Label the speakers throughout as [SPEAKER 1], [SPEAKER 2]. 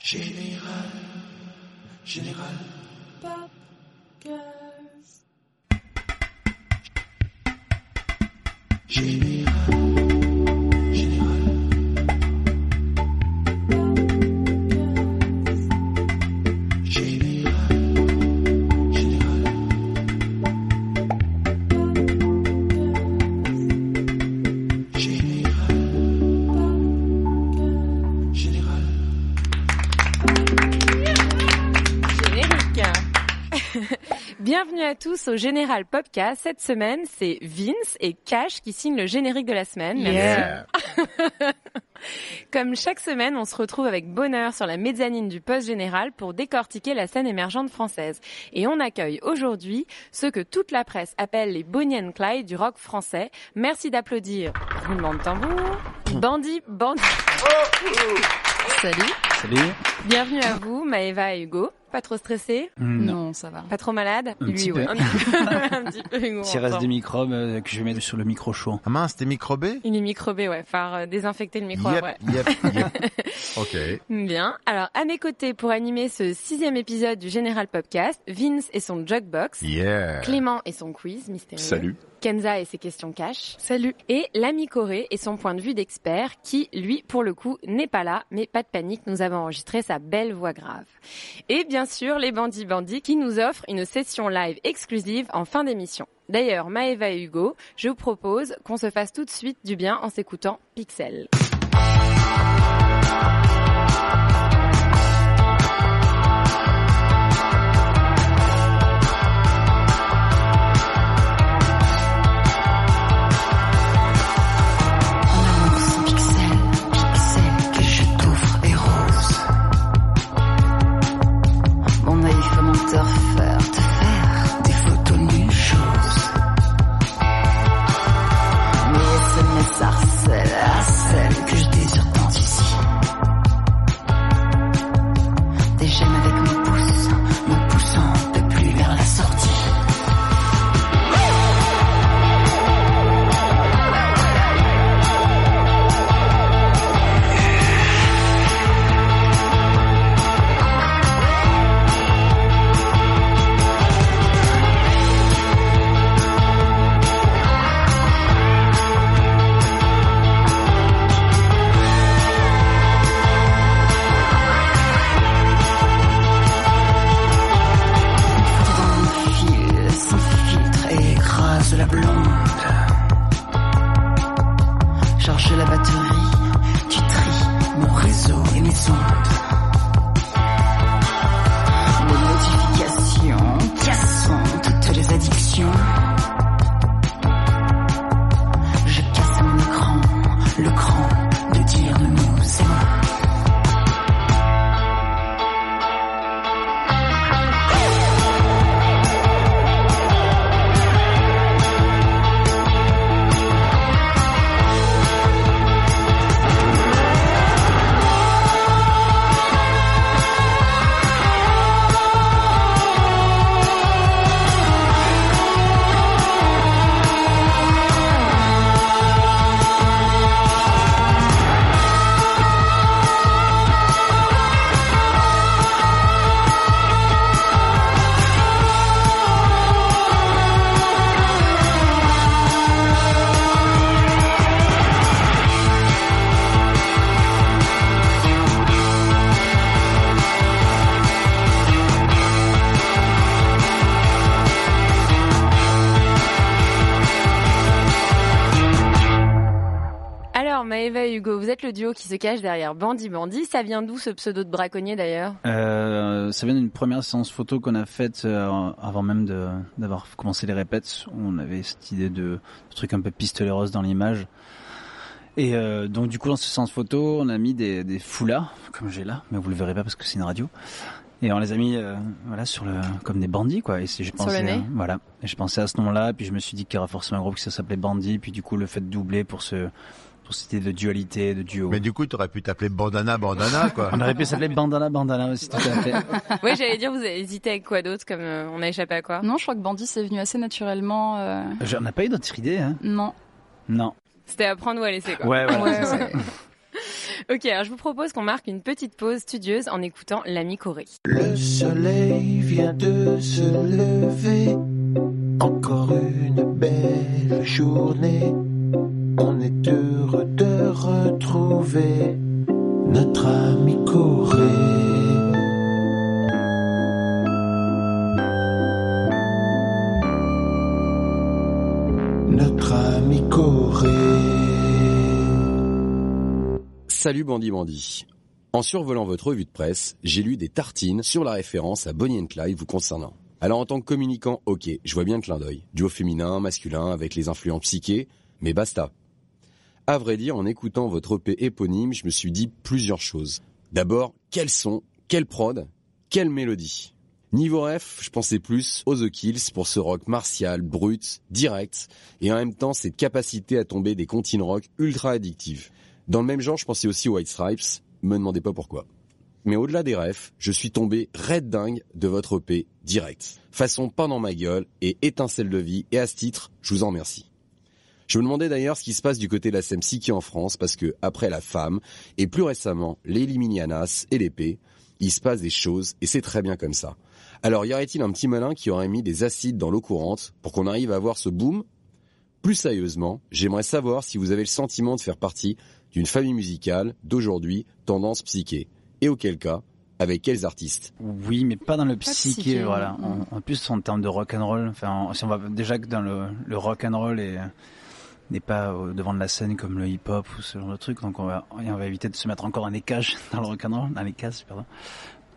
[SPEAKER 1] Général, général, général, général, général, général, général, général.
[SPEAKER 2] Générique. Bienvenue à tous au Général Popka. Cette semaine, c'est Vince et Cash qui signent le générique de la semaine. Merci. Comme chaque semaine, on se retrouve avec bonheur sur la mezzanine du poste général pour décortiquer la scène émergente française. Et on accueille aujourd'hui ceux que toute la presse appelle les Bonnie and Clyde du rock français. Merci d'applaudir. Roulement de tambour. Bandit, bandit. Salut.
[SPEAKER 3] Salut.
[SPEAKER 2] Bienvenue à vous, Maëva et Hugo. Pas trop stressé
[SPEAKER 3] Mm, Non.
[SPEAKER 4] ça va.
[SPEAKER 2] Pas trop malade
[SPEAKER 3] Un petit peu.
[SPEAKER 2] ouais. un petit peu Hugo,
[SPEAKER 3] S'il
[SPEAKER 2] on
[SPEAKER 3] reste
[SPEAKER 2] sent.
[SPEAKER 3] des microbes euh, que je vais mettre sur le micro chaud.
[SPEAKER 5] Ah mince, t'es microbé
[SPEAKER 2] Il est microbé, ouais. Enfin, euh, désinfecter le micro
[SPEAKER 5] Yep,
[SPEAKER 2] après.
[SPEAKER 5] yep, yep. Ok.
[SPEAKER 2] Bien. Alors, à mes côtés, pour animer ce sixième épisode du Général Podcast, Vince et son Jugbox,
[SPEAKER 5] Yeah.
[SPEAKER 2] Clément et son quiz mystérieux,
[SPEAKER 1] Salut.
[SPEAKER 2] Kenza et ses questions cash,
[SPEAKER 4] Salut.
[SPEAKER 2] et l'ami Corée et son point de vue d'expert, qui, lui, pour le coup, n'est pas là, mais pas de panique, nous avons enregistré sa belle voix grave. Et bien sûr, les bandits bandits qui nous offrent une session live exclusive en fin d'émission. D'ailleurs, Maëva et Hugo, je vous propose qu'on se fasse tout de suite du bien en s'écoutant Pixel.
[SPEAKER 6] En amour sans pixel, pixel que je t'ouvre des roses. Mon naïf commentaire faire te faire des photos nulle chose. Mes SMS harcèlent, harcèlent que je désire tant ici. Des gemmes avec mon pouce, me poussant de plus vers la sortie. Dans le fil sans filtre et écrase la blonde. Charge la batterie, tu tries mon réseau et mes ondes. Mes notifications cassant toutes les addictions. Je casse mon écran, le cran de dire de nous c'est moi.
[SPEAKER 2] Alors, Maëva et Hugo, vous êtes le duo qui se cache derrière Bandit Bandit. Ça vient d'où ce pseudo de braconnier d'ailleurs
[SPEAKER 3] Euh, ça vient d'une première séance photo qu'on a faite euh, avant même de- d'avoir commencé les répètes. On avait cette idée de, de truc un peu pistolérose dans l'image. Et euh, donc du coup, dans ce sens photo, on a mis des, des foulards, comme j'ai là, mais vous le verrez pas parce que c'est une radio. Et on les a mis, euh, voilà, sur le, comme des bandits, quoi. Et c'est, j'ai
[SPEAKER 2] Sur
[SPEAKER 3] pensé,
[SPEAKER 2] le nez
[SPEAKER 3] euh, voilà, et je pensais à ce nom-là, puis je me suis dit qu'il y aurait forcément un groupe qui s'appelait Bandit, puis du coup, le fait de doubler pour ce, pour cette idée de dualité, de duo.
[SPEAKER 5] Mais du coup, t'aurais pu t'appeler Bandana Bandana, quoi.
[SPEAKER 3] On aurait pu s'appeler Bandana Bandana aussi, tout à fait.
[SPEAKER 2] Oui, j'allais dire, vous avez hésité avec quoi d'autre, comme euh, on a échappé à quoi
[SPEAKER 4] Non, je crois que Bandit, c'est venu assez naturellement. euh,
[SPEAKER 3] Je- On n'a pas eu d'autres idées, hein
[SPEAKER 4] Non.
[SPEAKER 3] Non.
[SPEAKER 2] C'était à prendre ou à laisser, quoi.
[SPEAKER 3] Ouais, voilà.
[SPEAKER 4] Ouais,
[SPEAKER 3] c'est ça.
[SPEAKER 4] ouais.
[SPEAKER 2] Ok, alors je vous propose qu'on marque une petite pause studieuse en écoutant l'ami Corée.
[SPEAKER 1] Le soleil vient de se lever. Encore une belle journée. On est heureux de retrouver notre ami Corée. Notre ami Corée.
[SPEAKER 7] Salut Bandi Bandi. En survolant votre revue de presse, j'ai lu des tartines sur la référence à Bonnie and Clyde vous concernant. Alors en tant que communicant, ok, je vois bien le clin d'œil. Duo féminin, masculin, avec les influents psychés, mais basta. À vrai dire, en écoutant votre EP éponyme, je me suis dit plusieurs choses. D'abord, quels sons, quelle prod, quelle mélodie. Niveau ref, je pensais plus aux The Kills pour ce rock martial, brut, direct, et en même temps cette capacité à tomber des comptines rock ultra addictives. Dans le même genre, je pensais aussi aux White Stripes, me demandez pas pourquoi. Mais au-delà des refs, je suis tombé red dingue de votre EP direct. Façon pain dans ma gueule et étincelle de vie, et à ce titre, je vous en remercie. Je me demandais d'ailleurs ce qui se passe du côté de la scène psyché en France, parce que, après la femme, et plus récemment, les Liminianas et l'épée, il se passe des choses, et c'est très bien comme ça. Alors y aurait-il un petit malin qui aurait mis des acides dans l'eau courante pour qu'on arrive à avoir ce boom Plus sérieusement, j'aimerais savoir si vous avez le sentiment de faire partie d'une famille musicale d'aujourd'hui tendance psyché Et auquel cas, avec quels artistes
[SPEAKER 3] Oui, mais pas dans le
[SPEAKER 4] de
[SPEAKER 3] psyché,
[SPEAKER 4] psyché,
[SPEAKER 3] voilà.
[SPEAKER 4] non.
[SPEAKER 3] En, en plus, en termes de rock and roll, enfin, en- si on va déjà que dans le, le rock and roll et n'est pas au devant de la scène comme le hip hop ou ce genre de truc, donc on va et on va éviter de se mettre encore dans les cages dans le rock and roll, dans les cases, pardon.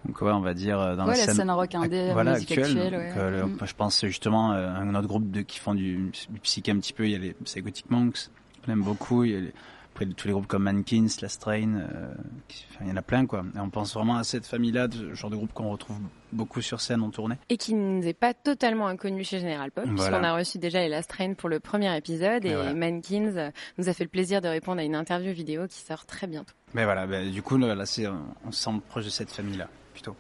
[SPEAKER 3] Donc ouais, on va dire euh, dans
[SPEAKER 4] Ouais,
[SPEAKER 3] la
[SPEAKER 4] la scène rock
[SPEAKER 3] ac-
[SPEAKER 4] indé,
[SPEAKER 3] voilà,
[SPEAKER 4] musique actuelle. ouais.
[SPEAKER 3] donc, euh, le-
[SPEAKER 4] Mm.
[SPEAKER 3] Je pense justement euh, à un autre groupe de, qui font du, du psyché un petit peu. Il y a les Psychotic Monks, on aime beaucoup. Il y a les- après, tous les groupes comme Mankins, Last Train, euh, qui- enfin, il y en a plein quoi. Et on pense vraiment à cette famille-là, de- genre de groupe qu'on retrouve beaucoup sur scène en tournée.
[SPEAKER 2] Et qui ne nous est pas totalement inconnu chez General Pop,
[SPEAKER 3] Voilà.
[SPEAKER 2] puisqu'on a reçu déjà les Last Train pour le premier épisode,
[SPEAKER 3] Et
[SPEAKER 2] et,
[SPEAKER 3] voilà.
[SPEAKER 2] Mankins euh, nous a fait le plaisir de répondre à une interview vidéo qui sort très bientôt.
[SPEAKER 3] Mais voilà, bah, du coup, là, c'est, on se semble proche de cette famille-là, plutôt.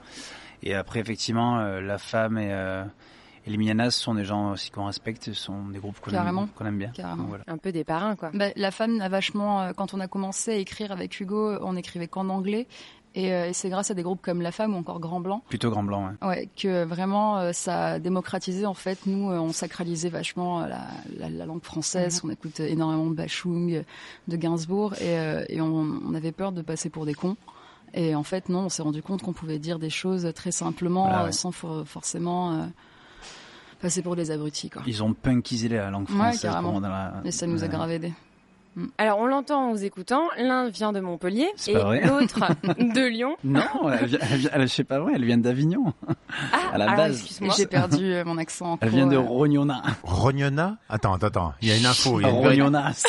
[SPEAKER 3] Et après, effectivement, euh, la femme et, euh, et les Mianas sont des gens aussi qu'on respecte, sont des groupes qu'on aime,
[SPEAKER 4] Carrément.
[SPEAKER 3] qu'on aime bien.
[SPEAKER 4] Carrément.
[SPEAKER 3] Donc, voilà.
[SPEAKER 2] Un peu des parrains, quoi.
[SPEAKER 4] Bah, la femme a vachement, euh, quand on a commencé à écrire avec Hugo, on n'écrivait qu'en anglais. Et, euh, et c'est grâce à des groupes comme La Femme ou encore Grand Blanc
[SPEAKER 3] Plutôt grand blanc, ouais.
[SPEAKER 4] ouais, que vraiment euh, ça a démocratisé. En fait, nous, euh, on sacralisait vachement euh, la, la- la langue française.
[SPEAKER 2] Mm-hmm.
[SPEAKER 4] On écoute énormément de Bachung, euh, de Gainsbourg, et, euh, et on, on avait peur de passer pour des cons. Et en fait, non, on s'est rendu compte qu'on pouvait dire des choses très simplement,
[SPEAKER 3] Voilà,
[SPEAKER 4] euh,
[SPEAKER 3] ouais.
[SPEAKER 4] sans for- forcément euh, passer pour des abrutis. Quoi.
[SPEAKER 3] Ils ont punkisé la langue
[SPEAKER 4] Ouais,
[SPEAKER 3] française.
[SPEAKER 4] carrément.
[SPEAKER 3] pour moi, dans la-
[SPEAKER 4] Et ça nous a
[SPEAKER 3] dans la-
[SPEAKER 4] grave aidé. Mm.
[SPEAKER 2] Alors on l'entend en vous écoutant, l'un vient de Montpellier
[SPEAKER 3] C'est
[SPEAKER 2] et
[SPEAKER 3] pas vrai.
[SPEAKER 2] l'autre de Lyon.
[SPEAKER 3] Non, elle vient, elle vient- elle- je sais pas vrai, elle vient d'Avignon.
[SPEAKER 2] Ah,
[SPEAKER 3] À la
[SPEAKER 2] alors,
[SPEAKER 3] base,
[SPEAKER 2] excuse-moi.
[SPEAKER 4] J'ai perdu euh, mon accent. en
[SPEAKER 3] Elle
[SPEAKER 4] cours,
[SPEAKER 3] vient de
[SPEAKER 4] euh.
[SPEAKER 3] Rognona.
[SPEAKER 5] Rognona Attends, attends, attends. Il y a une info. Il y a une vraie-
[SPEAKER 3] Rognonas.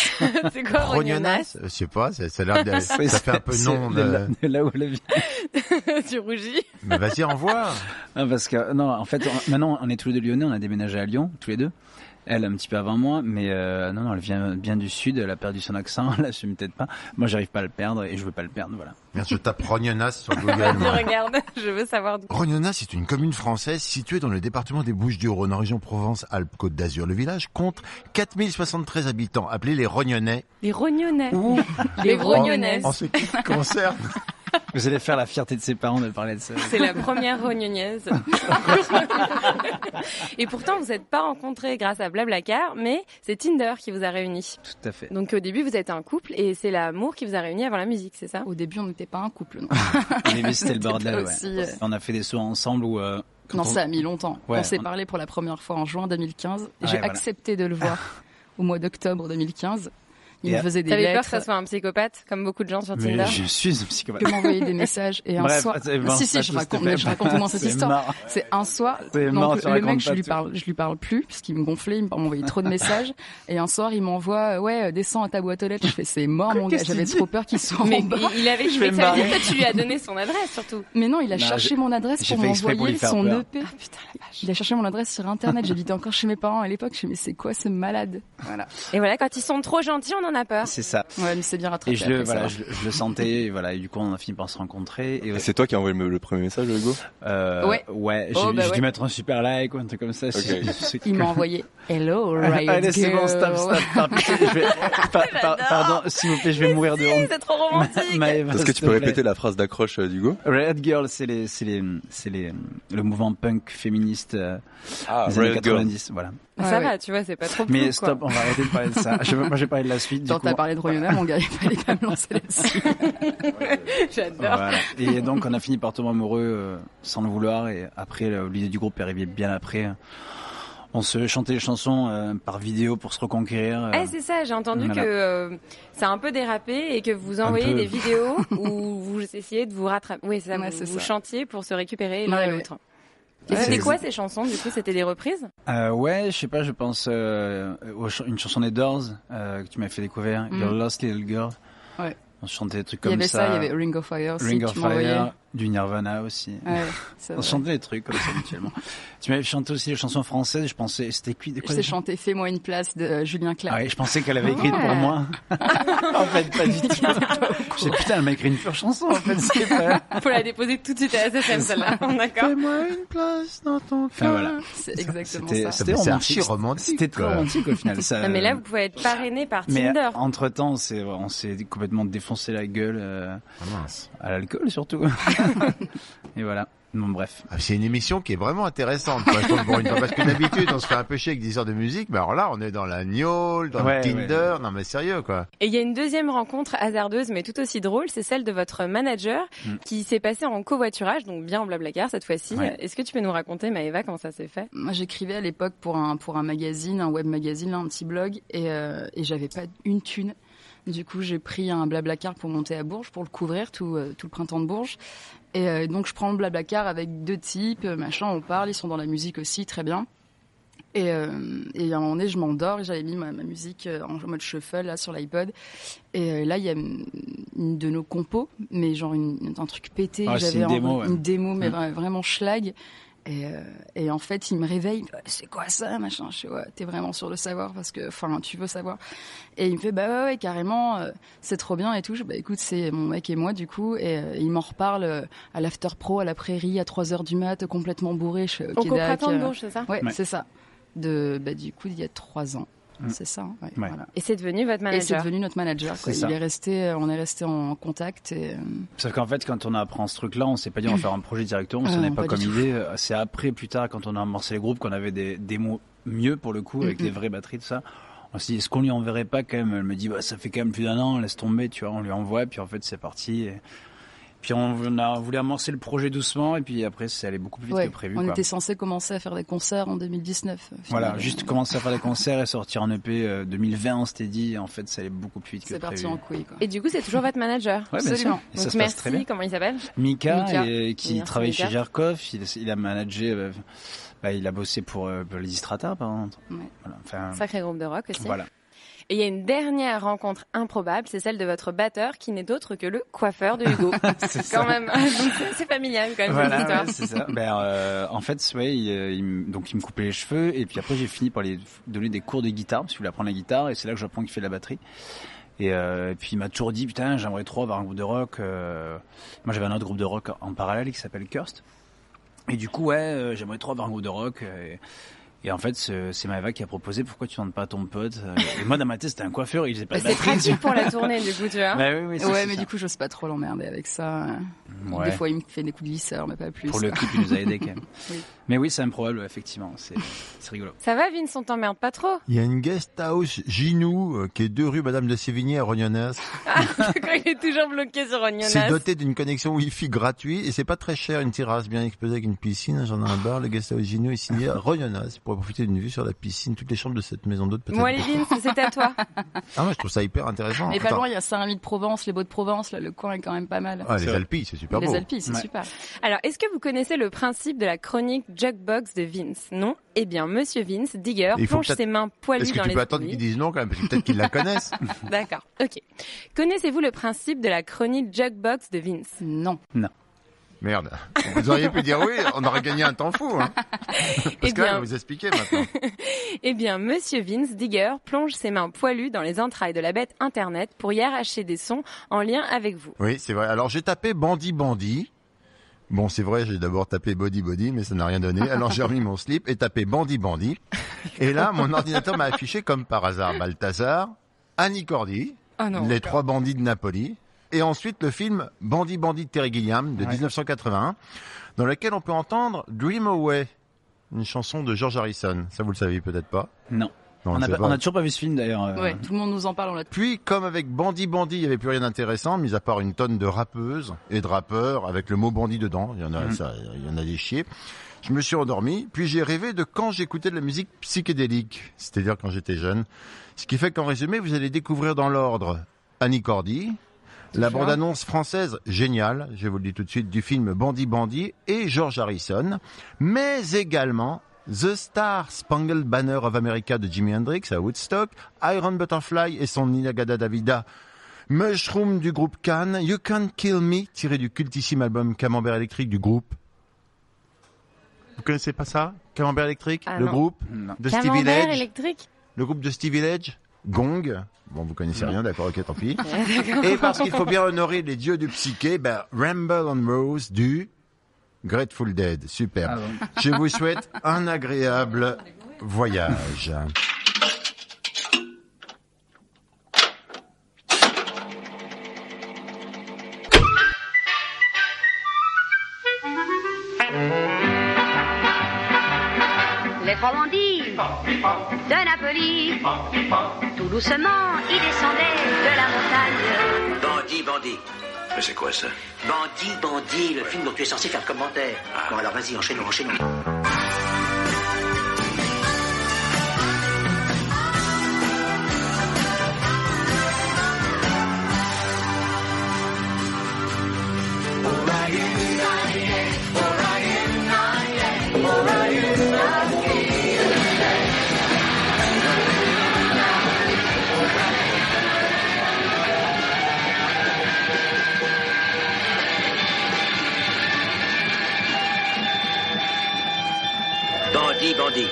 [SPEAKER 2] C'est quoi Rognonas
[SPEAKER 5] Rognonas Je sais pas, ça, ça a l'air de- Ah, ben, ça fait un peu
[SPEAKER 3] C'est-
[SPEAKER 5] nom
[SPEAKER 3] c'est de
[SPEAKER 5] de...
[SPEAKER 3] là, de là où elle vient.
[SPEAKER 2] Tu rougis
[SPEAKER 5] Mais vas-y, envoie
[SPEAKER 3] Non, Ah, parce que, non, en fait, on- maintenant, on est tous les deux lyonnais, on a déménagé à Lyon, tous les deux. Elle, un petit peu avant moi, mais euh, non, non, elle vient bien du sud, elle a perdu son accent, elle l'assume peut-être pas. Moi, j'arrive pas à le perdre et je veux pas le perdre, voilà.
[SPEAKER 5] Merde, je tape Rognonas sur Google.
[SPEAKER 2] Vas-y,
[SPEAKER 5] moi.
[SPEAKER 2] regarde, je veux savoir d'où.
[SPEAKER 5] Rognonas est une commune française située dans le département des Bouches-du-Rhône, en région Provence-Alpes-Côte d'Azur. Le village compte 4073 habitants, appelés les Rognonais.
[SPEAKER 2] Les Rognonnais.
[SPEAKER 5] Ou,
[SPEAKER 2] Les
[SPEAKER 5] en
[SPEAKER 2] Rognonnaises.
[SPEAKER 5] ce qui te concerne,
[SPEAKER 3] Vous allez faire la fierté de ses parents de parler de ça.
[SPEAKER 2] C'est la première rognonnaise. et pourtant, vous n'êtes pas rencontrés grâce à Blablacar, mais c'est Tinder qui vous a réunis.
[SPEAKER 3] Tout à fait.
[SPEAKER 2] Donc au début, vous êtes un couple et c'est l'amour qui vous a réunis avant la musique, c'est ça
[SPEAKER 4] Au début, on n'était pas un couple. Non,
[SPEAKER 3] Au début, c'était le bordel, ouais.
[SPEAKER 4] Aussi, euh,
[SPEAKER 3] On a fait des sauts ensemble où, euh, quand
[SPEAKER 4] non,
[SPEAKER 3] on-
[SPEAKER 4] ça a mis longtemps.
[SPEAKER 3] Ouais,
[SPEAKER 4] on s'est
[SPEAKER 3] on-
[SPEAKER 4] parlé pour la première fois en juin 2015 et
[SPEAKER 3] Ouais,
[SPEAKER 4] j'ai
[SPEAKER 3] voilà.
[SPEAKER 4] accepté de le voir au mois d'octobre 2015. Il
[SPEAKER 3] Et
[SPEAKER 4] me
[SPEAKER 3] à-
[SPEAKER 4] faisait des
[SPEAKER 2] T'avais peur que
[SPEAKER 4] lettres,
[SPEAKER 2] ça soit un psychopathe, comme beaucoup de gens sur
[SPEAKER 3] Mais
[SPEAKER 2] Tinder
[SPEAKER 3] je suis un psychopathe.
[SPEAKER 4] que m'envoyer des messages. Et un
[SPEAKER 3] Bref,
[SPEAKER 4] soir,
[SPEAKER 3] c'est bon,
[SPEAKER 4] si si,
[SPEAKER 3] ça,
[SPEAKER 4] je
[SPEAKER 3] tout,
[SPEAKER 4] raconte,
[SPEAKER 3] c'était
[SPEAKER 4] mais je raconte au moins cette
[SPEAKER 3] C'est
[SPEAKER 4] histoire.
[SPEAKER 3] marrant.
[SPEAKER 4] C'est un soir,
[SPEAKER 3] C'est
[SPEAKER 4] donc
[SPEAKER 3] marrant, tu
[SPEAKER 4] le
[SPEAKER 3] racontes
[SPEAKER 4] mec, je
[SPEAKER 3] pas
[SPEAKER 4] lui
[SPEAKER 3] tout.
[SPEAKER 4] parle, je lui parle plus parce qu'il me gonflait, il m'envoyait trop de messages. Et un soir, il m'envoie, euh, ouais, euh, descends à ta boîte aux lettres. Je fais, c'est mort, mon gars.
[SPEAKER 3] Qu'est-ce
[SPEAKER 4] J'avais
[SPEAKER 3] qu'il dit
[SPEAKER 4] trop peur qu'il soit
[SPEAKER 2] Mais
[SPEAKER 4] en bas. Ah,
[SPEAKER 2] il avait
[SPEAKER 3] Je vais
[SPEAKER 2] mais
[SPEAKER 3] me
[SPEAKER 2] ça veut dire
[SPEAKER 3] barrer.
[SPEAKER 2] que tu lui as donné son adresse surtout. Ah,
[SPEAKER 4] Mais non, il a
[SPEAKER 3] Non,
[SPEAKER 4] cherché
[SPEAKER 3] j'ai-
[SPEAKER 4] mon adresse
[SPEAKER 3] j'ai
[SPEAKER 4] pour
[SPEAKER 3] fait exprès pour
[SPEAKER 4] m'envoyer
[SPEAKER 3] lui faire
[SPEAKER 4] son
[SPEAKER 3] peur.
[SPEAKER 4] EP. Il a cherché mon adresse sur internet. J'habitais encore chez mes parents à l'époque. Je me mais c'est quoi ce malade
[SPEAKER 2] Et voilà, quand ils sont trop gentils, on en a peur.
[SPEAKER 3] C'est ça.
[SPEAKER 4] Ouais, mais c'est bien rattrapé.
[SPEAKER 3] Et je le,
[SPEAKER 4] après, ça
[SPEAKER 3] voilà,
[SPEAKER 4] va.
[SPEAKER 3] je, je le sentais, et voilà, et du coup, on a fini par se rencontrer. Et,
[SPEAKER 8] Et c'est toi qui as envoyé le, le premier message, Hugo
[SPEAKER 3] euh,
[SPEAKER 4] Ouais.
[SPEAKER 3] Ouais, j'ai
[SPEAKER 4] Oh, bah
[SPEAKER 3] j'ai
[SPEAKER 4] ouais.
[SPEAKER 3] dû mettre un super like ou un truc comme ça. c'est- c'est-
[SPEAKER 4] Il m'a envoyé Hello Riot
[SPEAKER 3] Allez, c'est bon,
[SPEAKER 4] Girl.
[SPEAKER 3] stop, stop. par- pitié, je vais- par- par-
[SPEAKER 2] J'adore.
[SPEAKER 3] pardon, s'il vous plaît, je vais mourir de honte.
[SPEAKER 2] C'est trop romantique.
[SPEAKER 3] Maëva,
[SPEAKER 8] Est-ce que
[SPEAKER 3] s'il
[SPEAKER 8] tu
[SPEAKER 3] te
[SPEAKER 8] peux
[SPEAKER 3] plaît.
[SPEAKER 8] répéter la phrase d'accroche euh, d'Hugo
[SPEAKER 3] Riot Girl, c'est les, c'est les, c'est les, le mouvement punk féministe euh,
[SPEAKER 8] Ah,
[SPEAKER 3] des années
[SPEAKER 8] Riot Girl.
[SPEAKER 3] 90. Voilà.
[SPEAKER 4] Ouais,
[SPEAKER 2] ça
[SPEAKER 4] ouais.
[SPEAKER 2] va, tu vois, c'est pas trop
[SPEAKER 3] Mais
[SPEAKER 2] flou,
[SPEAKER 3] stop,
[SPEAKER 2] quoi.
[SPEAKER 3] on va arrêter de parler de ça. Je, moi, j'ai parlé de la suite. Du
[SPEAKER 4] Quand
[SPEAKER 3] coup,
[SPEAKER 4] t'as parlé de Royona, mon gars, il fallait pas me lancer là-dessus.
[SPEAKER 2] J'adore.
[SPEAKER 3] Voilà. Et donc, on a fini par tomber amoureux euh, sans le vouloir. Et après, le- l'idée du groupe est arrivée bien après. On se chantait les chansons euh, par vidéo pour se reconquérir. euh.
[SPEAKER 2] Eh, c'est ça, j'ai entendu
[SPEAKER 3] Voilà.
[SPEAKER 2] que euh, ça a un peu dérapé et que vous
[SPEAKER 3] Un
[SPEAKER 2] envoyez
[SPEAKER 3] peu.
[SPEAKER 2] des vidéos où vous essayez de vous rattraper. Oui, c'est ça,
[SPEAKER 4] Ouais,
[SPEAKER 2] vous,
[SPEAKER 4] c'est
[SPEAKER 2] vous
[SPEAKER 4] ça.
[SPEAKER 2] chantiez pour se récupérer l'un
[SPEAKER 4] Ouais,
[SPEAKER 2] et
[SPEAKER 4] ouais.
[SPEAKER 2] l'autre. Et
[SPEAKER 3] Ouais,
[SPEAKER 2] c'était
[SPEAKER 3] c'est-
[SPEAKER 2] quoi ces chansons Du coup, c'était des reprises
[SPEAKER 3] Euh, ouais, je sais pas, je pense euh, aux ch- une chanson des Doors euh, que tu m'as fait découvrir,
[SPEAKER 4] Mm.
[SPEAKER 3] Your Lost Little Girl.
[SPEAKER 4] Ouais.
[SPEAKER 3] On se chantait des trucs
[SPEAKER 4] Il
[SPEAKER 3] comme
[SPEAKER 4] y avait ça,
[SPEAKER 3] ça.
[SPEAKER 4] il y avait Ring of Fire aussi.
[SPEAKER 3] Ring
[SPEAKER 4] que
[SPEAKER 3] of
[SPEAKER 4] tu m'envoyais.
[SPEAKER 3] Fire, du Nirvana aussi.
[SPEAKER 4] Ouais, c'est
[SPEAKER 3] On
[SPEAKER 4] vrai.
[SPEAKER 3] chantait des trucs comme ça habituellement. tu m'avais chanté aussi des chansons françaises, je pensais, c'était qui de quoi
[SPEAKER 4] Je sais chanter Fais-moi une place de euh, Julien Clerc.
[SPEAKER 3] Ah ouais, je pensais qu'elle avait écrit
[SPEAKER 2] Ouais.
[SPEAKER 3] pour moi. en fait, pas du tout. J'ai putain, elle m'a écrit une pure chanson, en fait, c'est pas...
[SPEAKER 2] Faut la déposer tout de suite à la SFM, celle-là. D'accord
[SPEAKER 3] Fais-moi une place dans ton
[SPEAKER 4] Ah,
[SPEAKER 3] cœur. Enfin,
[SPEAKER 4] C'est exactement
[SPEAKER 3] C'était-
[SPEAKER 4] ça.
[SPEAKER 3] c'était-
[SPEAKER 5] C'est
[SPEAKER 3] romantique.
[SPEAKER 5] archi romantique.
[SPEAKER 3] C'était très
[SPEAKER 5] quoi.
[SPEAKER 3] romantique au final. Ça,
[SPEAKER 2] Non, mais là, vous pouvez être parrainé par
[SPEAKER 3] Mais euh,
[SPEAKER 2] Tinder.
[SPEAKER 3] entre temps, c'est on s'est complètement défoncé la gueule euh,
[SPEAKER 5] Ah, mince.
[SPEAKER 3] à l'alcool surtout. Et voilà. Bon bref.
[SPEAKER 5] Ah, C'est une émission qui est vraiment intéressante, quoi, je trouve, pour une fois. Parce que d'habitude, on se fait un peu chier avec 10 heures de musique, mais alors là, on est dans la gnôle, dans
[SPEAKER 3] Ouais,
[SPEAKER 5] le Tinder, non mais sérieux, quoi.
[SPEAKER 2] Et il y a une deuxième rencontre hasardeuse, mais tout aussi drôle, c'est celle de votre manager
[SPEAKER 3] Mm.
[SPEAKER 2] qui s'est passée en covoiturage, donc bien en blablacar cette fois-ci.
[SPEAKER 3] Ouais.
[SPEAKER 2] Est-ce que tu peux nous raconter, Maëva, comment ça s'est fait
[SPEAKER 4] Moi, j'écrivais à l'époque pour un, pour un magazine, un web magazine, un petit blog, et, euh, et j'avais pas une thune. Du coup, j'ai pris un blablacar pour monter à Bourges, pour le couvrir tout, euh, tout le printemps de Bourges. Et euh, donc, je prends le blablacar avec deux types, euh, machin, on parle, ils sont dans la musique aussi, très bien. Et, euh, et à un moment donné, je m'endors et j'avais mis ma, ma musique euh, en mode shuffle là sur l'iPod. Et euh, là, il y a une une de nos compos, mais genre une- un truc pété.
[SPEAKER 3] Ah,
[SPEAKER 4] que
[SPEAKER 3] c'est
[SPEAKER 4] j'avais
[SPEAKER 3] une
[SPEAKER 4] en-
[SPEAKER 3] démo, ouais.
[SPEAKER 4] une démo, mais
[SPEAKER 3] Mm.
[SPEAKER 4] vra- vraiment schlag. Et, euh, et en fait, il me réveille. il me dit, Ouais, C'est quoi ça, machin Je suis ouais, t'es vraiment sûr de savoir parce que, enfin, tu veux savoir. Et il me fait, bah ouais, ouais carrément, euh, c'est trop bien et tout. Je, bah écoute, c'est mon mec et moi du coup, et euh, il m'en reparle euh, à l'after pro, à la prairie, à 3 heures du mat, complètement bourré. Je suis
[SPEAKER 2] Donc au printemps de Bourges, c'est ça
[SPEAKER 4] euh, Ouais,
[SPEAKER 3] Ouais.
[SPEAKER 4] c'est ça. De, bah, du coup, il y a trois ans.
[SPEAKER 3] Mm.
[SPEAKER 4] C'est ça. hein, ouais,
[SPEAKER 3] Ouais.
[SPEAKER 4] voilà.
[SPEAKER 2] Et c'est devenu votre
[SPEAKER 4] Et c'est
[SPEAKER 2] manager.
[SPEAKER 4] devenu notre manager. quoi.
[SPEAKER 3] C'est ça.
[SPEAKER 4] Il est resté, euh, on est resté en contact. Et, euh,
[SPEAKER 3] Sauf qu'en fait, quand on a apprend ce truc-là, on s'est pas dit on va faire un projet directement, on
[SPEAKER 4] Ah
[SPEAKER 3] s'en est
[SPEAKER 4] non,
[SPEAKER 3] pas,
[SPEAKER 4] pas
[SPEAKER 3] comme
[SPEAKER 4] du tout.
[SPEAKER 3] idée. Euh, C'est après, plus tard, quand on a amorcé les groupes, qu'on avait des démos mieux pour le coup, avec
[SPEAKER 4] Mhm.
[SPEAKER 3] des vraies batteries, tout ça. On s'est dit, est-ce qu'on lui enverrait pas quand même Elle me dit, bah, ça fait quand même plus d'un an, laisse tomber, tu vois, on lui envoie, puis en fait, c'est parti. Et... Puis on a voulu amorcer le projet doucement, et puis après, c'est allé beaucoup plus vite
[SPEAKER 4] ouais,
[SPEAKER 3] que prévu.
[SPEAKER 4] on
[SPEAKER 3] quoi.
[SPEAKER 4] était censé commencer à faire des concerts en 2019. euh,
[SPEAKER 3] Voilà,
[SPEAKER 4] finalement.
[SPEAKER 3] juste commencer à faire des concerts et sortir en EP euh, 2020, on s'était dit, en fait, ça allait beaucoup plus vite que
[SPEAKER 4] C'est parti
[SPEAKER 3] prévu.
[SPEAKER 4] en couille. Quoi.
[SPEAKER 2] Et du coup, c'est toujours votre manager.
[SPEAKER 3] Ouais, bien
[SPEAKER 4] Absolument.
[SPEAKER 3] sûr. Et
[SPEAKER 2] Donc
[SPEAKER 3] ça se passe très bien.
[SPEAKER 2] merci, comment il s'appelle
[SPEAKER 3] Mika,
[SPEAKER 4] Mika.
[SPEAKER 3] et- qui
[SPEAKER 2] Merci,
[SPEAKER 3] travaille
[SPEAKER 2] Mika.
[SPEAKER 3] chez Jarkov, il, il a managé, euh, bah, il a bossé pour, euh, pour les Istrata, par exemple.
[SPEAKER 4] Ouais.
[SPEAKER 3] Voilà, enfin,
[SPEAKER 2] Sacré groupe de rock aussi.
[SPEAKER 3] voilà.
[SPEAKER 2] Et il y a une dernière rencontre improbable, c'est celle de votre batteur qui n'est autre que le coiffeur de Hugo.
[SPEAKER 3] c'est
[SPEAKER 2] quand même. hein, Donc, c'est- c'est familial quand même hein. cette
[SPEAKER 3] Voilà,
[SPEAKER 2] histoire.
[SPEAKER 3] ouais, c'est ça. Ben, euh, en fait, ouais, il, euh, il me- donc il me coupait les cheveux et puis après j'ai fini par lui donner des cours de guitare parce qu'il voulait apprendre la guitare et c'est là que j'apprends qu'il fait de la batterie. Et, euh, et puis il m'a toujours dit putain j'aimerais trop avoir un groupe de rock. euh. Moi j'avais un autre groupe de rock en parallèle qui s'appelle Curst. Et du coup ouais euh, j'aimerais trop avoir un groupe de rock. euh, et- et en fait, c'est c'est Maëva qui a proposé pourquoi tu demandes pas à ton pote. euh. Et moi, dans ma tête, c'était un coiffeur, il faisait pas de
[SPEAKER 2] C'est
[SPEAKER 3] batterie.
[SPEAKER 2] pratique pour la tournée du coup, tu vois.
[SPEAKER 3] Bah oui, oui, c'est-
[SPEAKER 4] ouais,
[SPEAKER 3] c'est
[SPEAKER 4] mais
[SPEAKER 3] ça. Mm,
[SPEAKER 4] du coup, j'ose pas trop l'emmerder avec ça. euh.
[SPEAKER 3] Ouais.
[SPEAKER 4] Des fois, il me fait des coups de glisseur, mais pas plus.
[SPEAKER 3] Pour le
[SPEAKER 4] quoi.
[SPEAKER 3] clip, il nous a aidé quand même.
[SPEAKER 4] Oui.
[SPEAKER 3] Mais oui, c'est improbable, effectivement. C'est c'est rigolo.
[SPEAKER 2] Ça va, Vince, on t'emmerde pas trop
[SPEAKER 5] Il y a une guest house Ginou, euh, qui est deux rue Madame de Sévigné à Rognonès.
[SPEAKER 2] Ah, Quand il est toujours bloqué sur Ognonas.
[SPEAKER 5] C'est doté d'une connexion Wi-Fi gratuite et c'est pas très cher. Une terrasse bien exposée avec une piscine, un jardin à bar. Le guest house Ginou est signé à Rognonès. Pour pourrait profiter d'une vue sur la piscine, toutes les chambres de cette maison d'hôte peut-être.
[SPEAKER 2] Moi, Lévin, c'est à toi.
[SPEAKER 5] Ah ouais, je trouve ça hyper intéressant.
[SPEAKER 4] Mais pas
[SPEAKER 5] Attends.
[SPEAKER 4] loin, il y a Saint-Rémy de Provence, les Beaux de Provence, là, le coin est quand même pas mal.
[SPEAKER 5] Ah, les
[SPEAKER 3] C'est vrai.
[SPEAKER 5] Alpilles, c'est super
[SPEAKER 4] les
[SPEAKER 5] beau.
[SPEAKER 4] Alpilles, c'est
[SPEAKER 3] Ouais.
[SPEAKER 4] super.
[SPEAKER 2] Alors, est-ce que vous connaissez le principe de la chronique Jugbox de Vince Non Eh bien, Monsieur Vince, digger,
[SPEAKER 5] Il faut
[SPEAKER 2] plonge
[SPEAKER 5] peut-être-
[SPEAKER 2] ses mains poilues
[SPEAKER 5] Est-ce que
[SPEAKER 2] dans
[SPEAKER 5] tu
[SPEAKER 2] les
[SPEAKER 5] peux attendre qu'ils
[SPEAKER 2] couilles.
[SPEAKER 5] disent non quand même Parce que peut-être qu'ils la connaissent.
[SPEAKER 2] D'accord, ok. Connaissez-vous le principe de la chronique Jugbox de Vince
[SPEAKER 4] Non.
[SPEAKER 5] Merde. Vous auriez pu dire oui, on aurait gagné un temps fou. Hein.
[SPEAKER 2] Eh
[SPEAKER 5] Parce que là,
[SPEAKER 2] bien,
[SPEAKER 5] vous expliquez maintenant.
[SPEAKER 2] eh bien, Monsieur Vince, digger, plonge ses mains poilues dans les entrailles de la bête Internet pour y arracher des sons en lien avec vous.
[SPEAKER 5] Oui, c'est vrai. Alors j'ai tapé Bandit Bandit. Bon, c'est vrai, j'ai d'abord tapé Body Body, mais ça n'a rien donné. Alors j'ai remis mon slip et tapé Bandit Bandit. Et là, mon ordinateur m'a affiché comme par hasard Balthazar, Annie Cordy,
[SPEAKER 2] Oh non.
[SPEAKER 5] Les trois bandits de Napoli. Et ensuite le film Bandit Bandit de Terry Gilliam de 1981, dans lequel on peut entendre Dream Away, une chanson de George Harrison. Ça, vous le saviez peut-être pas.
[SPEAKER 3] Non.
[SPEAKER 5] Non,
[SPEAKER 3] on
[SPEAKER 5] le
[SPEAKER 3] n'a
[SPEAKER 5] sait
[SPEAKER 3] pas-
[SPEAKER 5] pas.
[SPEAKER 3] on n'a toujours pas vu ce film d'ailleurs. euh,
[SPEAKER 4] Ouais, tout le monde nous en parle, on l'a
[SPEAKER 5] Puis, comme avec Bandit Bandit, il n'y avait plus rien d'intéressant, mis à part une tonne de rappeuses et de rappeurs avec le mot bandit dedans. Il y en a, ça, il y en a des chiés. Je me suis endormi, puis j'ai rêvé de quand j'écoutais de la musique psychédélique, c'est-à-dire quand j'étais jeune. Ce qui fait qu'en résumé, vous allez découvrir dans l'ordre Annie Cordy, la bande-annonce française géniale, je vous le dis tout de suite, du film Bandit Bandit et George Harrison, mais également The Star Spangled Banner of America de Jimi Hendrix à Woodstock, Iron Butterfly et son Inagada Davida, Mushroom du groupe Cannes, You Can Kill Me tiré du cultissime album Camembert électrique du groupe. Vous connaissez pas ça Camembert électrique,
[SPEAKER 2] Ah
[SPEAKER 5] le
[SPEAKER 2] non.
[SPEAKER 5] groupe
[SPEAKER 3] Non.
[SPEAKER 5] de Stevie
[SPEAKER 2] Camembert
[SPEAKER 5] Ledge
[SPEAKER 2] électrique
[SPEAKER 5] le groupe de Stevie Ledge, Gong. Bon, vous connaissez rien, d'accord, ok, tant pis. Et parce qu'il faut bien honorer les dieux du psyché, ben, Ramble on Rose du Grateful Dead. Super.
[SPEAKER 3] Ah bon.
[SPEAKER 5] Je vous souhaite un agréable voyage.
[SPEAKER 9] Les Fromandis de Napoli, tout doucement, ils descendaient de la montagne.
[SPEAKER 10] Bandit, bandit.
[SPEAKER 1] Mais c'est quoi ça
[SPEAKER 10] Bandit, bandit, le film dont tu es censé faire le commentaire.
[SPEAKER 1] Ah.
[SPEAKER 10] Bon, alors vas-y, enchaînons, enchaînons. Bandit, bandit.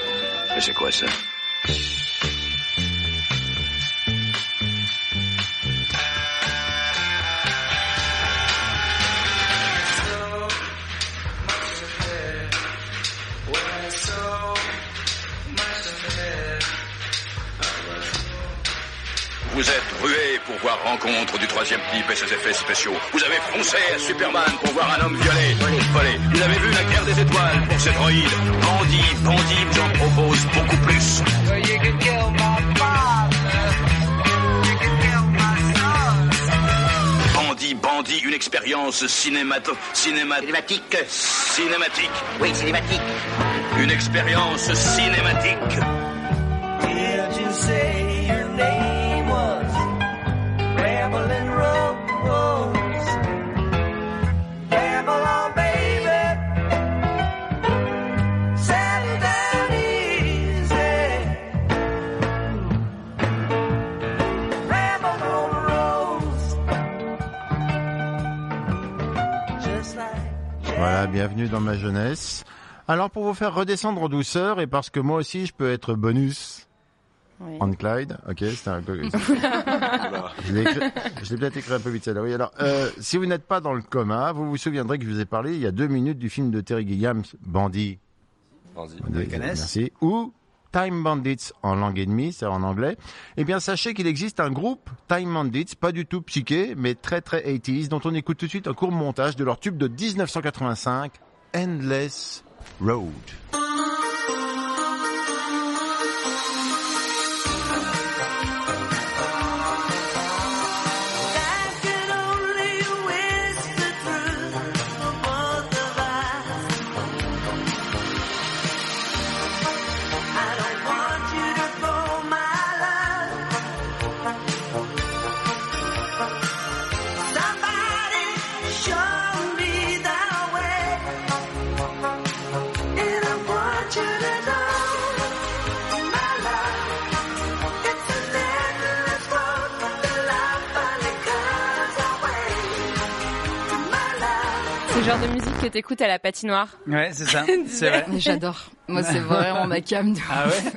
[SPEAKER 1] Mais c'est quoi ça Vous êtes rué pour voir rencontre du troisième type et ses effets spéciaux. Vous avez foncé à Superman pour voir un homme violé, volé. Vous avez vu la guerre des étoiles pour ces droïdes. Bandit, bandit, j'en propose beaucoup plus. Bandit, bandit, une expérience cinémato... cinéma...
[SPEAKER 10] Cinématique.
[SPEAKER 1] cinématique.
[SPEAKER 10] Oui, cinématique.
[SPEAKER 1] Une expérience cinématique.
[SPEAKER 5] Voilà, bienvenue dans ma jeunesse. Alors, pour vous faire redescendre en douceur, et parce que moi aussi, je peux être bonus.
[SPEAKER 2] Oui.
[SPEAKER 5] On Clyde, ok, c'est un. je l'ai écrit- je l'ai peut-être écrit un peu vite celle-là. Oui, alors, euh, si vous n'êtes pas dans le coma, vous vous souviendrez que je vous ai parlé il y a deux minutes du film de Terry Gilliam, Bandit.
[SPEAKER 8] Bandit.
[SPEAKER 5] Bandit,
[SPEAKER 3] Canes.
[SPEAKER 5] Merci. Ou Time Bandits en langue ennemie, c'est en anglais. Eh bien, sachez qu'il existe un groupe Time Bandits, pas du tout psyché, mais très très 80s, dont on écoute tout de suite un court montage de leur tube de 1985, Endless Road.
[SPEAKER 9] I
[SPEAKER 2] C'est le genre de musique que t'écoutes à la patinoire.
[SPEAKER 3] Ouais, c'est ça. C'est vrai.
[SPEAKER 4] Mais J'adore. Moi, c'est vraiment ma cam. de
[SPEAKER 3] Ah
[SPEAKER 4] ouf.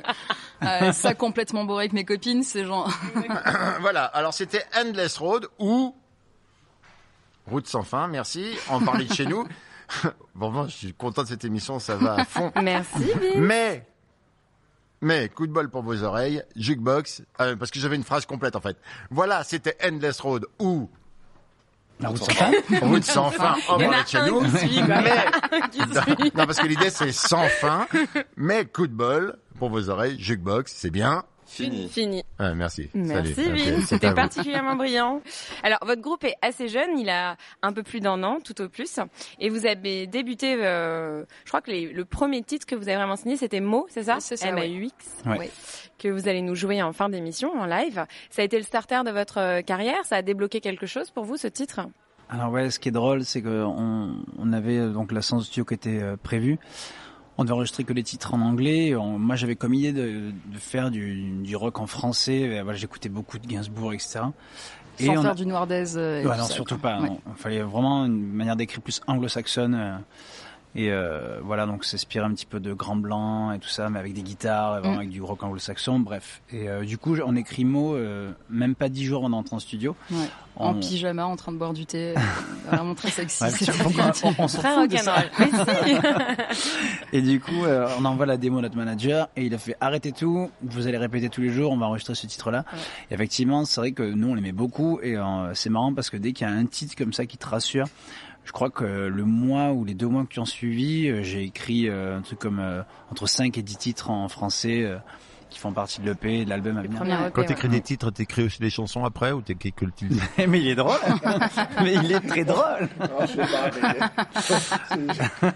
[SPEAKER 4] Euh, ça complètement bourré avec mes copines, c'est genre.
[SPEAKER 5] voilà, alors c'était Endless Road ou Route sans fin, merci, en parler de chez nous. bon, bon, je suis content de cette émission, ça va à fond.
[SPEAKER 2] Merci, Bill.
[SPEAKER 5] Mais, mais, coup de bol pour vos oreilles, jukebox, euh, parce que j'avais une phrase complète en fait. Voilà, c'était Endless Road ou...
[SPEAKER 3] La route sans fin
[SPEAKER 5] Route sans fin, en
[SPEAKER 2] Il y en
[SPEAKER 5] parler
[SPEAKER 2] a
[SPEAKER 5] de chez
[SPEAKER 2] un
[SPEAKER 5] nous.
[SPEAKER 2] qui suit, quoi.
[SPEAKER 5] Mais,
[SPEAKER 2] Qui suit.
[SPEAKER 5] non, parce que l'idée c'est sans fin, mais coup de bol pour vos oreilles, jukebox, c'est bien.
[SPEAKER 2] Fini. Fini.
[SPEAKER 5] Ouais, merci.
[SPEAKER 2] Merci
[SPEAKER 5] Salut. Ok,
[SPEAKER 2] Vin,
[SPEAKER 5] c'est à
[SPEAKER 2] c'était
[SPEAKER 5] vous.
[SPEAKER 2] particulièrement brillant. Alors votre groupe est assez jeune, il a un peu plus d'un an tout au plus, et vous avez débuté, euh, je crois que les- le premier titre que vous avez vraiment signé c'était Mo, c'est ça
[SPEAKER 4] C'est ça,
[SPEAKER 2] M A
[SPEAKER 4] ouais.
[SPEAKER 2] U X,
[SPEAKER 3] Ouais.
[SPEAKER 4] Ouais.
[SPEAKER 2] que vous allez nous jouer en fin d'émission en live. Ça a été le starter de votre euh, carrière, ça a débloqué quelque chose pour vous ce titre
[SPEAKER 3] Alors ouais, ce qui est drôle, c'est que on, on avait euh, donc la séance studio qui était euh, prévue. On devait enregistrer que les titres en anglais. On- moi, j'avais comme idée de, de faire du, du rock en français. Et voilà, j'écoutais beaucoup de Gainsbourg, etc.
[SPEAKER 4] Sans
[SPEAKER 3] on a-
[SPEAKER 4] faire du noirdaise. euh, et
[SPEAKER 3] Ouais,
[SPEAKER 4] tout
[SPEAKER 3] non,
[SPEAKER 4] ça,
[SPEAKER 3] surtout
[SPEAKER 4] quoi.
[SPEAKER 3] pas.
[SPEAKER 4] Ouais.
[SPEAKER 3] non. Il fallait vraiment une manière d'écrire plus anglo-saxonne. euh, et euh, voilà, donc s'inspirer un petit peu de Grand Blanc et tout ça, mais avec des guitares, et vraiment
[SPEAKER 4] Mm.
[SPEAKER 3] avec du rock anglo-saxon, bref. Et euh, du coup, on écrit mot, euh, même pas dix jours, on entre en studio.
[SPEAKER 4] Ouais. En
[SPEAKER 3] On-
[SPEAKER 4] pyjama, en train de boire du thé. euh, vraiment très sexy.
[SPEAKER 3] Ouais,
[SPEAKER 4] c'est
[SPEAKER 3] putain,
[SPEAKER 4] pas
[SPEAKER 3] pourquoi on- on s'en
[SPEAKER 2] Très
[SPEAKER 3] fout de ça.
[SPEAKER 2] rock'n'roll. Mais si
[SPEAKER 3] Et du coup, euh, on envoie la démo à notre manager et il a fait arrêtez tout, vous allez répéter tous les jours, on va enregistrer ce titre-là. Et effectivement, c'est vrai que nous, on l'aimait beaucoup et euh, c'est marrant parce que dès qu'il y a un titre comme ça qui te rassure, je crois que le mois ou les deux mois qui ont suivi, euh, j'ai écrit euh, un truc comme euh, entre 5 et 10 titres en français euh, qui font partie de l'EP et de l'album à venir.
[SPEAKER 2] Premier
[SPEAKER 5] Quand
[SPEAKER 2] EP, ouais.
[SPEAKER 5] t'écris des titres, t'écris aussi des chansons après ou t'écris que le titre
[SPEAKER 3] Mais il est drôle Mais il est très drôle
[SPEAKER 5] Oh,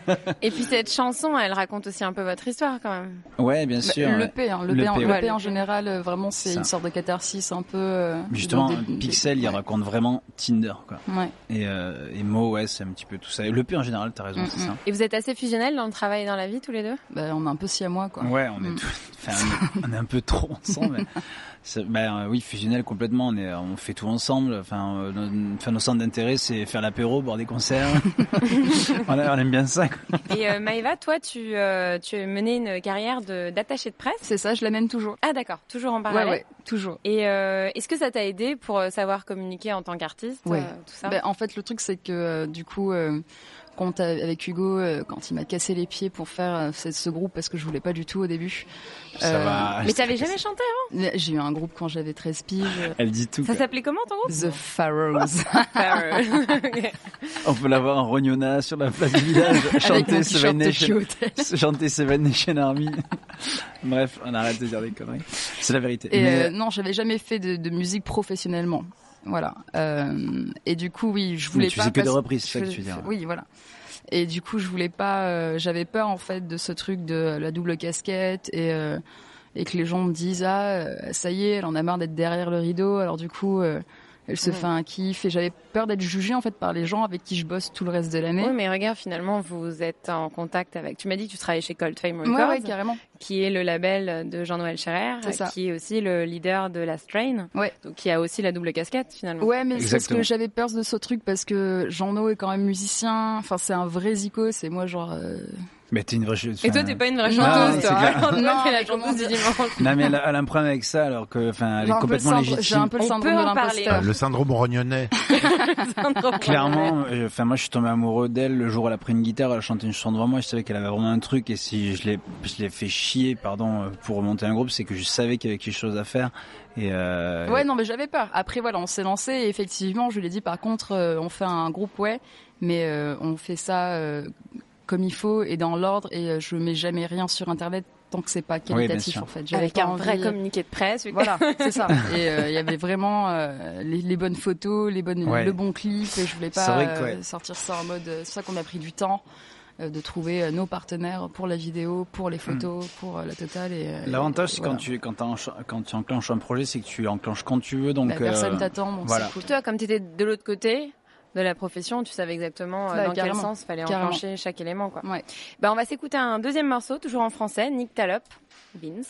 [SPEAKER 2] Et puis cette chanson, elle raconte aussi un peu votre histoire quand même.
[SPEAKER 3] Ouais, bien
[SPEAKER 4] Bah,
[SPEAKER 3] sûr.
[SPEAKER 4] L'EP, hein, l'EP, en,
[SPEAKER 3] L'EP,
[SPEAKER 4] l'EP
[SPEAKER 2] ouais.
[SPEAKER 4] en général, euh, vraiment, c'est
[SPEAKER 3] Ça.
[SPEAKER 4] une sorte de catharsis un peu. euh,
[SPEAKER 3] Justement,
[SPEAKER 4] dans des-
[SPEAKER 3] Pixel, il
[SPEAKER 4] ouais. Mm.
[SPEAKER 3] raconte vraiment Tinder, quoi.
[SPEAKER 4] Ouais.
[SPEAKER 3] Et, euh, et Mo, ouais, c'est un petit peu tout ça. Et l'EP en général, t'as raison,
[SPEAKER 4] Mm,
[SPEAKER 3] c'est ça.
[SPEAKER 2] Et vous êtes assez fusionnels dans le travail et dans la vie tous les deux
[SPEAKER 4] Bah, on est un peu si à moi, quoi.
[SPEAKER 3] Ouais, on est,
[SPEAKER 4] Mm.
[SPEAKER 3] tout- enfin, on est- on est un peu trop ensemble. mais c'est- ben, euh, oui, fusionnel complètement. On, est, euh, on fait tout ensemble. Enfin, euh, nos, enfin, nos centres d'intérêt, c'est faire l'apéro, boire des concerts. on, a- on aime bien ça. quoi.
[SPEAKER 2] Et euh, Maëva, toi, tu, euh, tu as mené une carrière de- d'attaché de, presse.
[SPEAKER 4] C'est ça, je l'amène toujours.
[SPEAKER 2] Ah d'accord, toujours en
[SPEAKER 4] Ouais,
[SPEAKER 2] parallèle.
[SPEAKER 4] ouais, toujours.
[SPEAKER 2] Et euh, est-ce que ça t'a aidé pour euh, savoir communiquer en tant qu'artiste,
[SPEAKER 4] Ouais.
[SPEAKER 2] euh, tout ça
[SPEAKER 4] Ben, en fait, le truc, c'est que euh, du coup, euh, quand t'as- avec Hugo, euh, quand il m'a cassé les pieds pour faire euh, ce, ce groupe, parce que je voulais pas du tout au début,
[SPEAKER 3] Ça
[SPEAKER 4] Euh,
[SPEAKER 3] va.
[SPEAKER 2] Mais t'avais jamais chanté avant
[SPEAKER 4] mais j'ai eu un groupe quand j'avais 13 piges, euh,
[SPEAKER 3] Elle dit tout.
[SPEAKER 2] Ça
[SPEAKER 3] quoi.
[SPEAKER 2] s'appelait comment ton groupe
[SPEAKER 4] The Pharaohs,
[SPEAKER 2] Pharaoh.
[SPEAKER 3] On peut l'avoir en rognona sur la place du village,
[SPEAKER 4] avec mon
[SPEAKER 3] chanter
[SPEAKER 4] t-shirt
[SPEAKER 3] Seven Nation,
[SPEAKER 4] Tokyo Hotel.
[SPEAKER 3] chanter Seven Nation Army. Bref, on arrête de dire des conneries. C'est la vérité.
[SPEAKER 4] Et
[SPEAKER 3] Mais-
[SPEAKER 4] euh, non, j'avais jamais fait de, de musique professionnellement. Voilà. Euh, et du coup, oui, je voulais
[SPEAKER 3] Mais tu
[SPEAKER 4] pas.
[SPEAKER 3] faisais que des
[SPEAKER 4] passer-
[SPEAKER 3] reprises, c'est ça
[SPEAKER 4] je
[SPEAKER 3] que tu veux dire.
[SPEAKER 4] Oui, voilà. Et du coup, je voulais pas. euh, J'avais peur en fait de ce truc de la double casquette et euh, et que les gens me disent ah euh, ça y est, elle en a marre d'être derrière le rideau. Alors du coup, euh, elle se
[SPEAKER 2] Ouais.
[SPEAKER 4] fait un kiff. Et j'avais peur d'être jugée en fait par les gens avec qui je bosse tout le reste de l'année.
[SPEAKER 2] Oui, mais regarde, finalement, vous êtes en contact avec. Tu m'as dit que tu travaillais chez Cold Fame Records,
[SPEAKER 4] Ouais, ouais, carrément.
[SPEAKER 2] qui est le label de Jean-Noël Scherrer,
[SPEAKER 4] C'est ça.
[SPEAKER 2] qui est aussi le leader de Last Train,
[SPEAKER 4] Ouais.
[SPEAKER 2] donc qui a aussi la double casquette finalement.
[SPEAKER 4] Ouais, mais c'est parce
[SPEAKER 3] Exactement.
[SPEAKER 4] que j'avais peur de ce truc parce que Jean-No est quand même musicien. Enfin, c'est un vrai zico. C'est moi, genre. euh,
[SPEAKER 3] Mais t'es une vraie. ch-
[SPEAKER 2] Et toi,
[SPEAKER 3] enfin,
[SPEAKER 2] t'es pas une vraie
[SPEAKER 4] Non,
[SPEAKER 2] chanteuse,
[SPEAKER 3] c'est
[SPEAKER 2] toi.
[SPEAKER 3] clair.
[SPEAKER 2] hein Toi, t'es
[SPEAKER 4] Non,
[SPEAKER 2] la
[SPEAKER 4] mais comment
[SPEAKER 2] chanteuse du
[SPEAKER 4] dire
[SPEAKER 2] dimanche.
[SPEAKER 3] Non mais elle a, elle a un problème avec ça alors que enfin elle
[SPEAKER 4] J'ai
[SPEAKER 3] est
[SPEAKER 4] un peu le
[SPEAKER 3] complètement
[SPEAKER 4] syndrome- J'ai un
[SPEAKER 3] légitime.
[SPEAKER 4] peu le
[SPEAKER 2] On
[SPEAKER 4] syndrome
[SPEAKER 2] peut
[SPEAKER 4] de
[SPEAKER 2] en parler.
[SPEAKER 4] l'imposteur.
[SPEAKER 5] Le syndrome rognonnais.
[SPEAKER 3] Clairement, euh, enfin moi je suis tombé amoureux d'elle le jour où elle a pris une guitare, elle a chanté une chanson devant moi, je savais qu'elle avait vraiment un truc et si je l'ai je l'ai fait chier pardon euh, pour remonter un groupe, c'est que je savais qu'il y avait quelque chose à faire et euh,
[SPEAKER 4] Ouais, non, mais j'avais peur. Après, voilà, on s'est lancé et effectivement, je lui ai dit, par contre, euh, on fait un groupe, ouais, mais euh, on fait ça euh, comme il faut et dans l'ordre et euh, je mets jamais rien sur Internet tant que c'est pas
[SPEAKER 3] bien
[SPEAKER 4] qualitatif,
[SPEAKER 3] sûr.
[SPEAKER 4] en fait. J'avais
[SPEAKER 2] Avec
[SPEAKER 4] pas
[SPEAKER 2] un vrai
[SPEAKER 4] envie-
[SPEAKER 2] communiqué de presse.
[SPEAKER 4] Voilà, c'est ça. Et euh, il y avait vraiment euh, les, les bonnes photos, les bonnes,
[SPEAKER 3] Ouais.
[SPEAKER 4] le bon clip. Et je voulais
[SPEAKER 3] C'est
[SPEAKER 4] pas
[SPEAKER 3] vrai que,
[SPEAKER 4] euh,
[SPEAKER 3] ouais.
[SPEAKER 4] sortir ça en mode. euh, C'est ça qu'on a pris du temps euh, de trouver euh, nos partenaires pour la vidéo, pour les photos, pour euh, la totale. Et, euh,
[SPEAKER 3] Hmm. l'avantage
[SPEAKER 4] et
[SPEAKER 3] c'est
[SPEAKER 4] voilà.
[SPEAKER 3] quand tu quand, t'encha- quand tu enclenches un projet, c'est que tu l'enclenches quand tu veux donc
[SPEAKER 4] Bah, personne
[SPEAKER 3] euh,
[SPEAKER 4] t'attend, donc
[SPEAKER 3] voilà.
[SPEAKER 4] c'est cool.
[SPEAKER 2] Toi, comme tu étais de l'autre côté de la profession, tu savais exactement euh,
[SPEAKER 3] Bah,
[SPEAKER 4] Là,
[SPEAKER 2] dans quel
[SPEAKER 4] carrément,
[SPEAKER 2] sens fallait
[SPEAKER 4] carrément.
[SPEAKER 2] enclencher chaque élément. Quoi.
[SPEAKER 4] Ouais.
[SPEAKER 2] Bah, on va s'écouter un deuxième morceau, toujours en français, Nick Talop, Beans.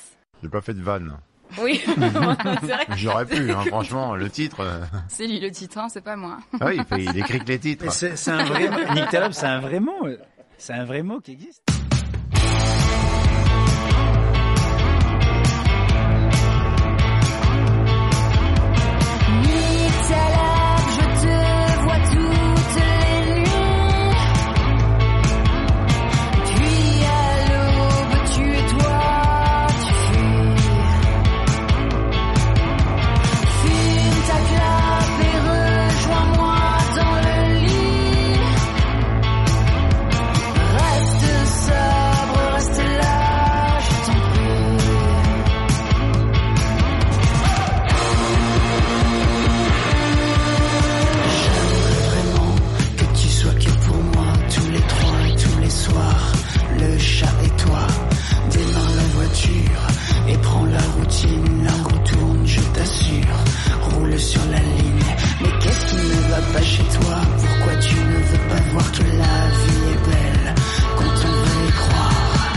[SPEAKER 5] J'ai pas fait de vanne.
[SPEAKER 2] Oui, c'est vrai.
[SPEAKER 5] J'aurais pu, hein, franchement, le titre. euh,
[SPEAKER 4] C'est lui le titre, hein, c'est pas moi.
[SPEAKER 5] Ah oui, il, fait- il écrit que les titres.
[SPEAKER 3] Mais C'est c'est un vrai mot. Nyctalope, c'est un vrai mot. euh, C'est un vrai mot qui existe.
[SPEAKER 6] Nyctalope, je te vois toutes les nuits. Puis à l'aube, tu et toi, tu fuis. Fume ta clope et rejoins-moi dans le lit. Reste sobre, reste là, je t'en prie.
[SPEAKER 10] Que tu sois que pour moi, tous les trois, tous les soirs. Le chat et toi, démarre la voiture et prends la routine. La roue tourne, je t'assure, roule sur la ligne. Mais qu'est-ce qui ne va pas chez toi Pourquoi tu ne veux pas voir que la vie est belle quand on veut y croire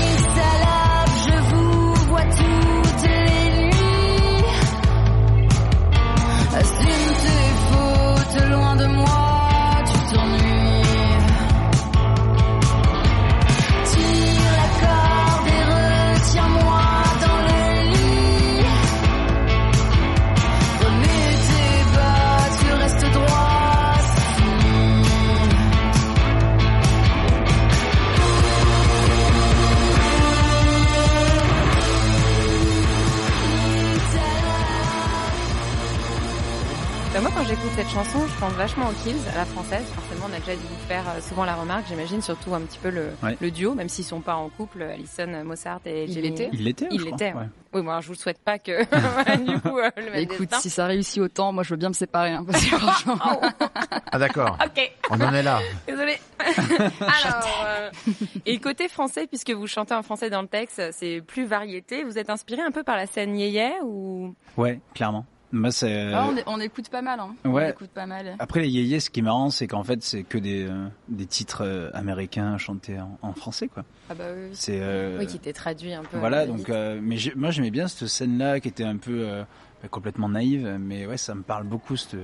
[SPEAKER 6] Nyctalope, je vous vois toutes les nuits. Assume tes fautes, loin de moi, tu t'ennuies. Tire la corde et retiens-moi dans le lit. Remets tes bas, tu restes droit, c'est fini.
[SPEAKER 2] Bah, moi, quand j'écoute cette chanson, je pense vachement aux Kills, à la française. Forcément, on a déjà dû vous faire euh, souvent la remarque, j'imagine, surtout un petit peu le,
[SPEAKER 3] Ouais.
[SPEAKER 2] le duo, même s'ils sont pas en couple, Alison Mossart et
[SPEAKER 4] Il
[SPEAKER 2] Jamie.
[SPEAKER 4] l'était.
[SPEAKER 3] Il l'était, je
[SPEAKER 2] Il
[SPEAKER 3] crois,
[SPEAKER 2] l'était.
[SPEAKER 3] ouais.
[SPEAKER 2] Oui, moi, je vous le souhaite pas que, du coup, euh, le même
[SPEAKER 4] Écoute,
[SPEAKER 2] destin.
[SPEAKER 4] si ça réussit autant, moi je veux bien me séparer. hein, parce que franchement,
[SPEAKER 3] oh.
[SPEAKER 5] Ah d'accord,
[SPEAKER 2] Ok.
[SPEAKER 5] on en est là.
[SPEAKER 2] Désolée. Alors, euh, et côté français, puisque vous chantez en français dans le texte, c'est plus variété. Vous êtes inspiré un peu par la scène yéyé ou
[SPEAKER 3] Ouais, clairement. Moi, c'est.
[SPEAKER 4] Ah, on, é- on écoute pas mal. Hein. On
[SPEAKER 3] Euh, Ouais.
[SPEAKER 4] écoute pas mal.
[SPEAKER 3] Après les yéyés, ce qui est marrant, c'est qu'en fait, c'est que des, euh, des titres euh, américains chantés en, en français, quoi.
[SPEAKER 4] Ah bah oui, oui.
[SPEAKER 3] C'est euh,
[SPEAKER 2] oui, qui était traduit un peu.
[SPEAKER 3] voilà.
[SPEAKER 2] euh,
[SPEAKER 3] Donc,
[SPEAKER 2] vite.
[SPEAKER 3] euh, mais j'ai- moi, j'aimais bien cette scène-là, qui était un peu euh, bah, complètement naïve, mais ouais, ça me parle beaucoup. Cette,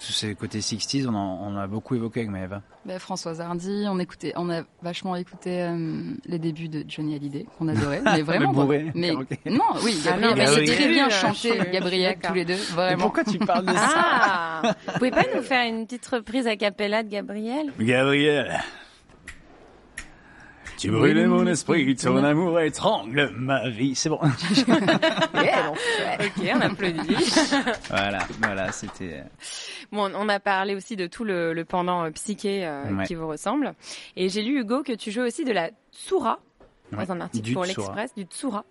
[SPEAKER 3] ces côtés 60s, on en, on en a beaucoup évoqué avec Maëva.
[SPEAKER 4] Bah, Françoise Hardy, on écoutait, on a vachement écouté euh, les débuts de Johnny Hallyday, qu'on adorait, mais vraiment.
[SPEAKER 3] Le
[SPEAKER 4] quoi.
[SPEAKER 3] bourré,
[SPEAKER 4] mais
[SPEAKER 3] karaoké.
[SPEAKER 4] non, oui,
[SPEAKER 2] Ah non,
[SPEAKER 4] Gabriel,
[SPEAKER 3] mais
[SPEAKER 4] c'est
[SPEAKER 3] c'est
[SPEAKER 4] très
[SPEAKER 2] lui,
[SPEAKER 4] bien
[SPEAKER 2] euh,
[SPEAKER 4] chanté,
[SPEAKER 2] je suis
[SPEAKER 4] Gabriel,
[SPEAKER 2] d'accord.
[SPEAKER 4] tous les deux,
[SPEAKER 3] Mais
[SPEAKER 4] vraiment.
[SPEAKER 3] pourquoi tu parles de ça
[SPEAKER 2] Ah Vous pouvez pas nous faire une petite reprise a cappella de Gabriel
[SPEAKER 3] Gabriel, tu brûles mon esprit, ton amour étrangle ma vie. C'est bon.
[SPEAKER 2] Ok, on applaudit.
[SPEAKER 3] voilà, voilà, c'était. euh,
[SPEAKER 2] Bon, on a parlé aussi de tout le, le pendant euh, psyché euh,
[SPEAKER 3] Ouais.
[SPEAKER 2] qui vous ressemble. Et j'ai lu, Hugo, que tu joues aussi de la tsura
[SPEAKER 3] Ouais,
[SPEAKER 2] dans un article
[SPEAKER 3] du
[SPEAKER 2] pour
[SPEAKER 3] tsura.
[SPEAKER 2] l'Express, du tsura.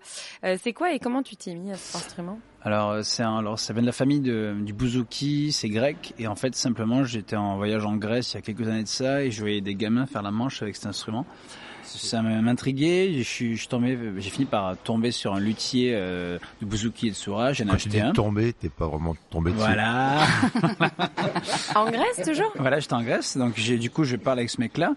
[SPEAKER 2] Euh, c'est quoi et comment tu t'es mis à cet instrument
[SPEAKER 3] Alors, euh, c'est un- alors, ça vient de la famille de, du bouzouki, c'est grec. Et en fait, simplement, j'étais en voyage en Grèce il y a quelques années de ça et je voyais des gamins faire la manche avec cet instrument. Ça m'intriguait. Je suis, je suis tombé, j'ai fini par tomber sur un luthier euh, de bouzouki et de soura. J'en ai
[SPEAKER 5] Quand tu
[SPEAKER 3] acheté
[SPEAKER 5] dis
[SPEAKER 3] un.
[SPEAKER 5] tomber, t'es pas vraiment tombé dessus.
[SPEAKER 3] Voilà.
[SPEAKER 2] En Grèce, toujours
[SPEAKER 3] Voilà, j'étais en Grèce, donc j'ai du coup je parle avec ce mec-là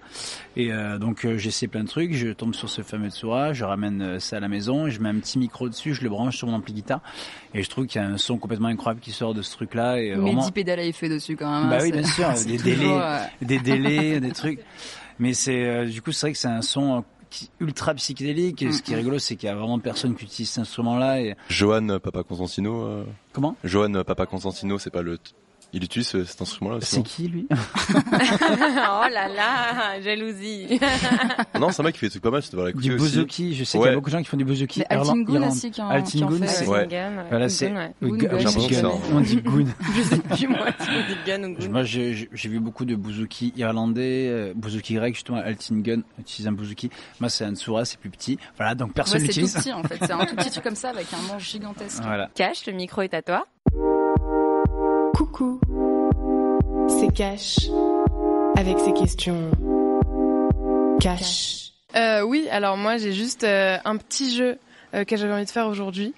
[SPEAKER 3] et euh, donc euh, j'essaie plein de trucs. Je tombe sur ce fameux Tsura, je ramène euh, ça à la maison, et je mets un petit micro dessus, je le branche sur mon ampli guitare et je trouve qu'il y a un son complètement incroyable qui sort de ce truc-là et euh,
[SPEAKER 4] Mais
[SPEAKER 3] vraiment
[SPEAKER 4] 10 pédales à effet dessus quand même.
[SPEAKER 3] Bah
[SPEAKER 4] hein,
[SPEAKER 3] oui,
[SPEAKER 4] c'est-
[SPEAKER 3] bien sûr,
[SPEAKER 4] c'est
[SPEAKER 3] des
[SPEAKER 4] toujours,
[SPEAKER 3] délais.
[SPEAKER 4] euh,
[SPEAKER 3] des délais, des trucs. Mais c'est euh, du coup c'est vrai que c'est un son euh, qui- ultra psychédélique. Et ce
[SPEAKER 4] Mm,
[SPEAKER 3] qui est rigolo, c'est qu'il y a vraiment personne qui utilise cet instrument-là et
[SPEAKER 8] Johan euh, Papa Constantino. euh,
[SPEAKER 3] comment
[SPEAKER 8] Johan euh, Papa Constantino, c'est pas le. t- Il utilise ce- cet instrument-là aussi.
[SPEAKER 3] C'est qui lui
[SPEAKER 2] Oh là là, jalousie.
[SPEAKER 8] non Non, c'est un mec qui fait des trucs pas mal, c'est devrais l'écouter
[SPEAKER 3] Du
[SPEAKER 8] aussi.
[SPEAKER 3] bouzouki. Je sais qu'il y
[SPEAKER 8] Ouais.
[SPEAKER 3] a beaucoup de gens qui font du bouzouki.
[SPEAKER 4] Mais Altingun
[SPEAKER 3] Irlande-
[SPEAKER 4] aussi qui en,
[SPEAKER 3] Altingun,
[SPEAKER 4] qui en fait. euh,
[SPEAKER 8] c'est-
[SPEAKER 4] ouais.
[SPEAKER 8] Ouais.
[SPEAKER 2] Gun,
[SPEAKER 3] Voilà, c'est.
[SPEAKER 2] ouais.
[SPEAKER 4] Goon,
[SPEAKER 3] J'ai l'impression
[SPEAKER 8] Goon,
[SPEAKER 3] que
[SPEAKER 8] Goon.
[SPEAKER 3] c'est- On dit goon.
[SPEAKER 2] Je sais plus moi si on dit gun ou gun.
[SPEAKER 3] Moi, j'ai j'ai- j'ai vu beaucoup de bouzouki irlandais, euh, bouzouki grec, justement, Altingen utilise un bouzouki. Moi, c'est un tsura, c'est plus petit. Voilà, donc personne
[SPEAKER 4] Ouais, Bah, c'est tout
[SPEAKER 3] l'utilise.
[SPEAKER 4] petit en fait, c'est un tout petit truc comme ça avec un manche gigantesque.
[SPEAKER 3] Voilà.
[SPEAKER 2] Cache, le micro est à toi.
[SPEAKER 11] Coucou, c'est Cash avec ses questions. Cash. Euh, oui, alors moi j'ai juste euh, un petit jeu euh, que j'avais envie de faire aujourd'hui.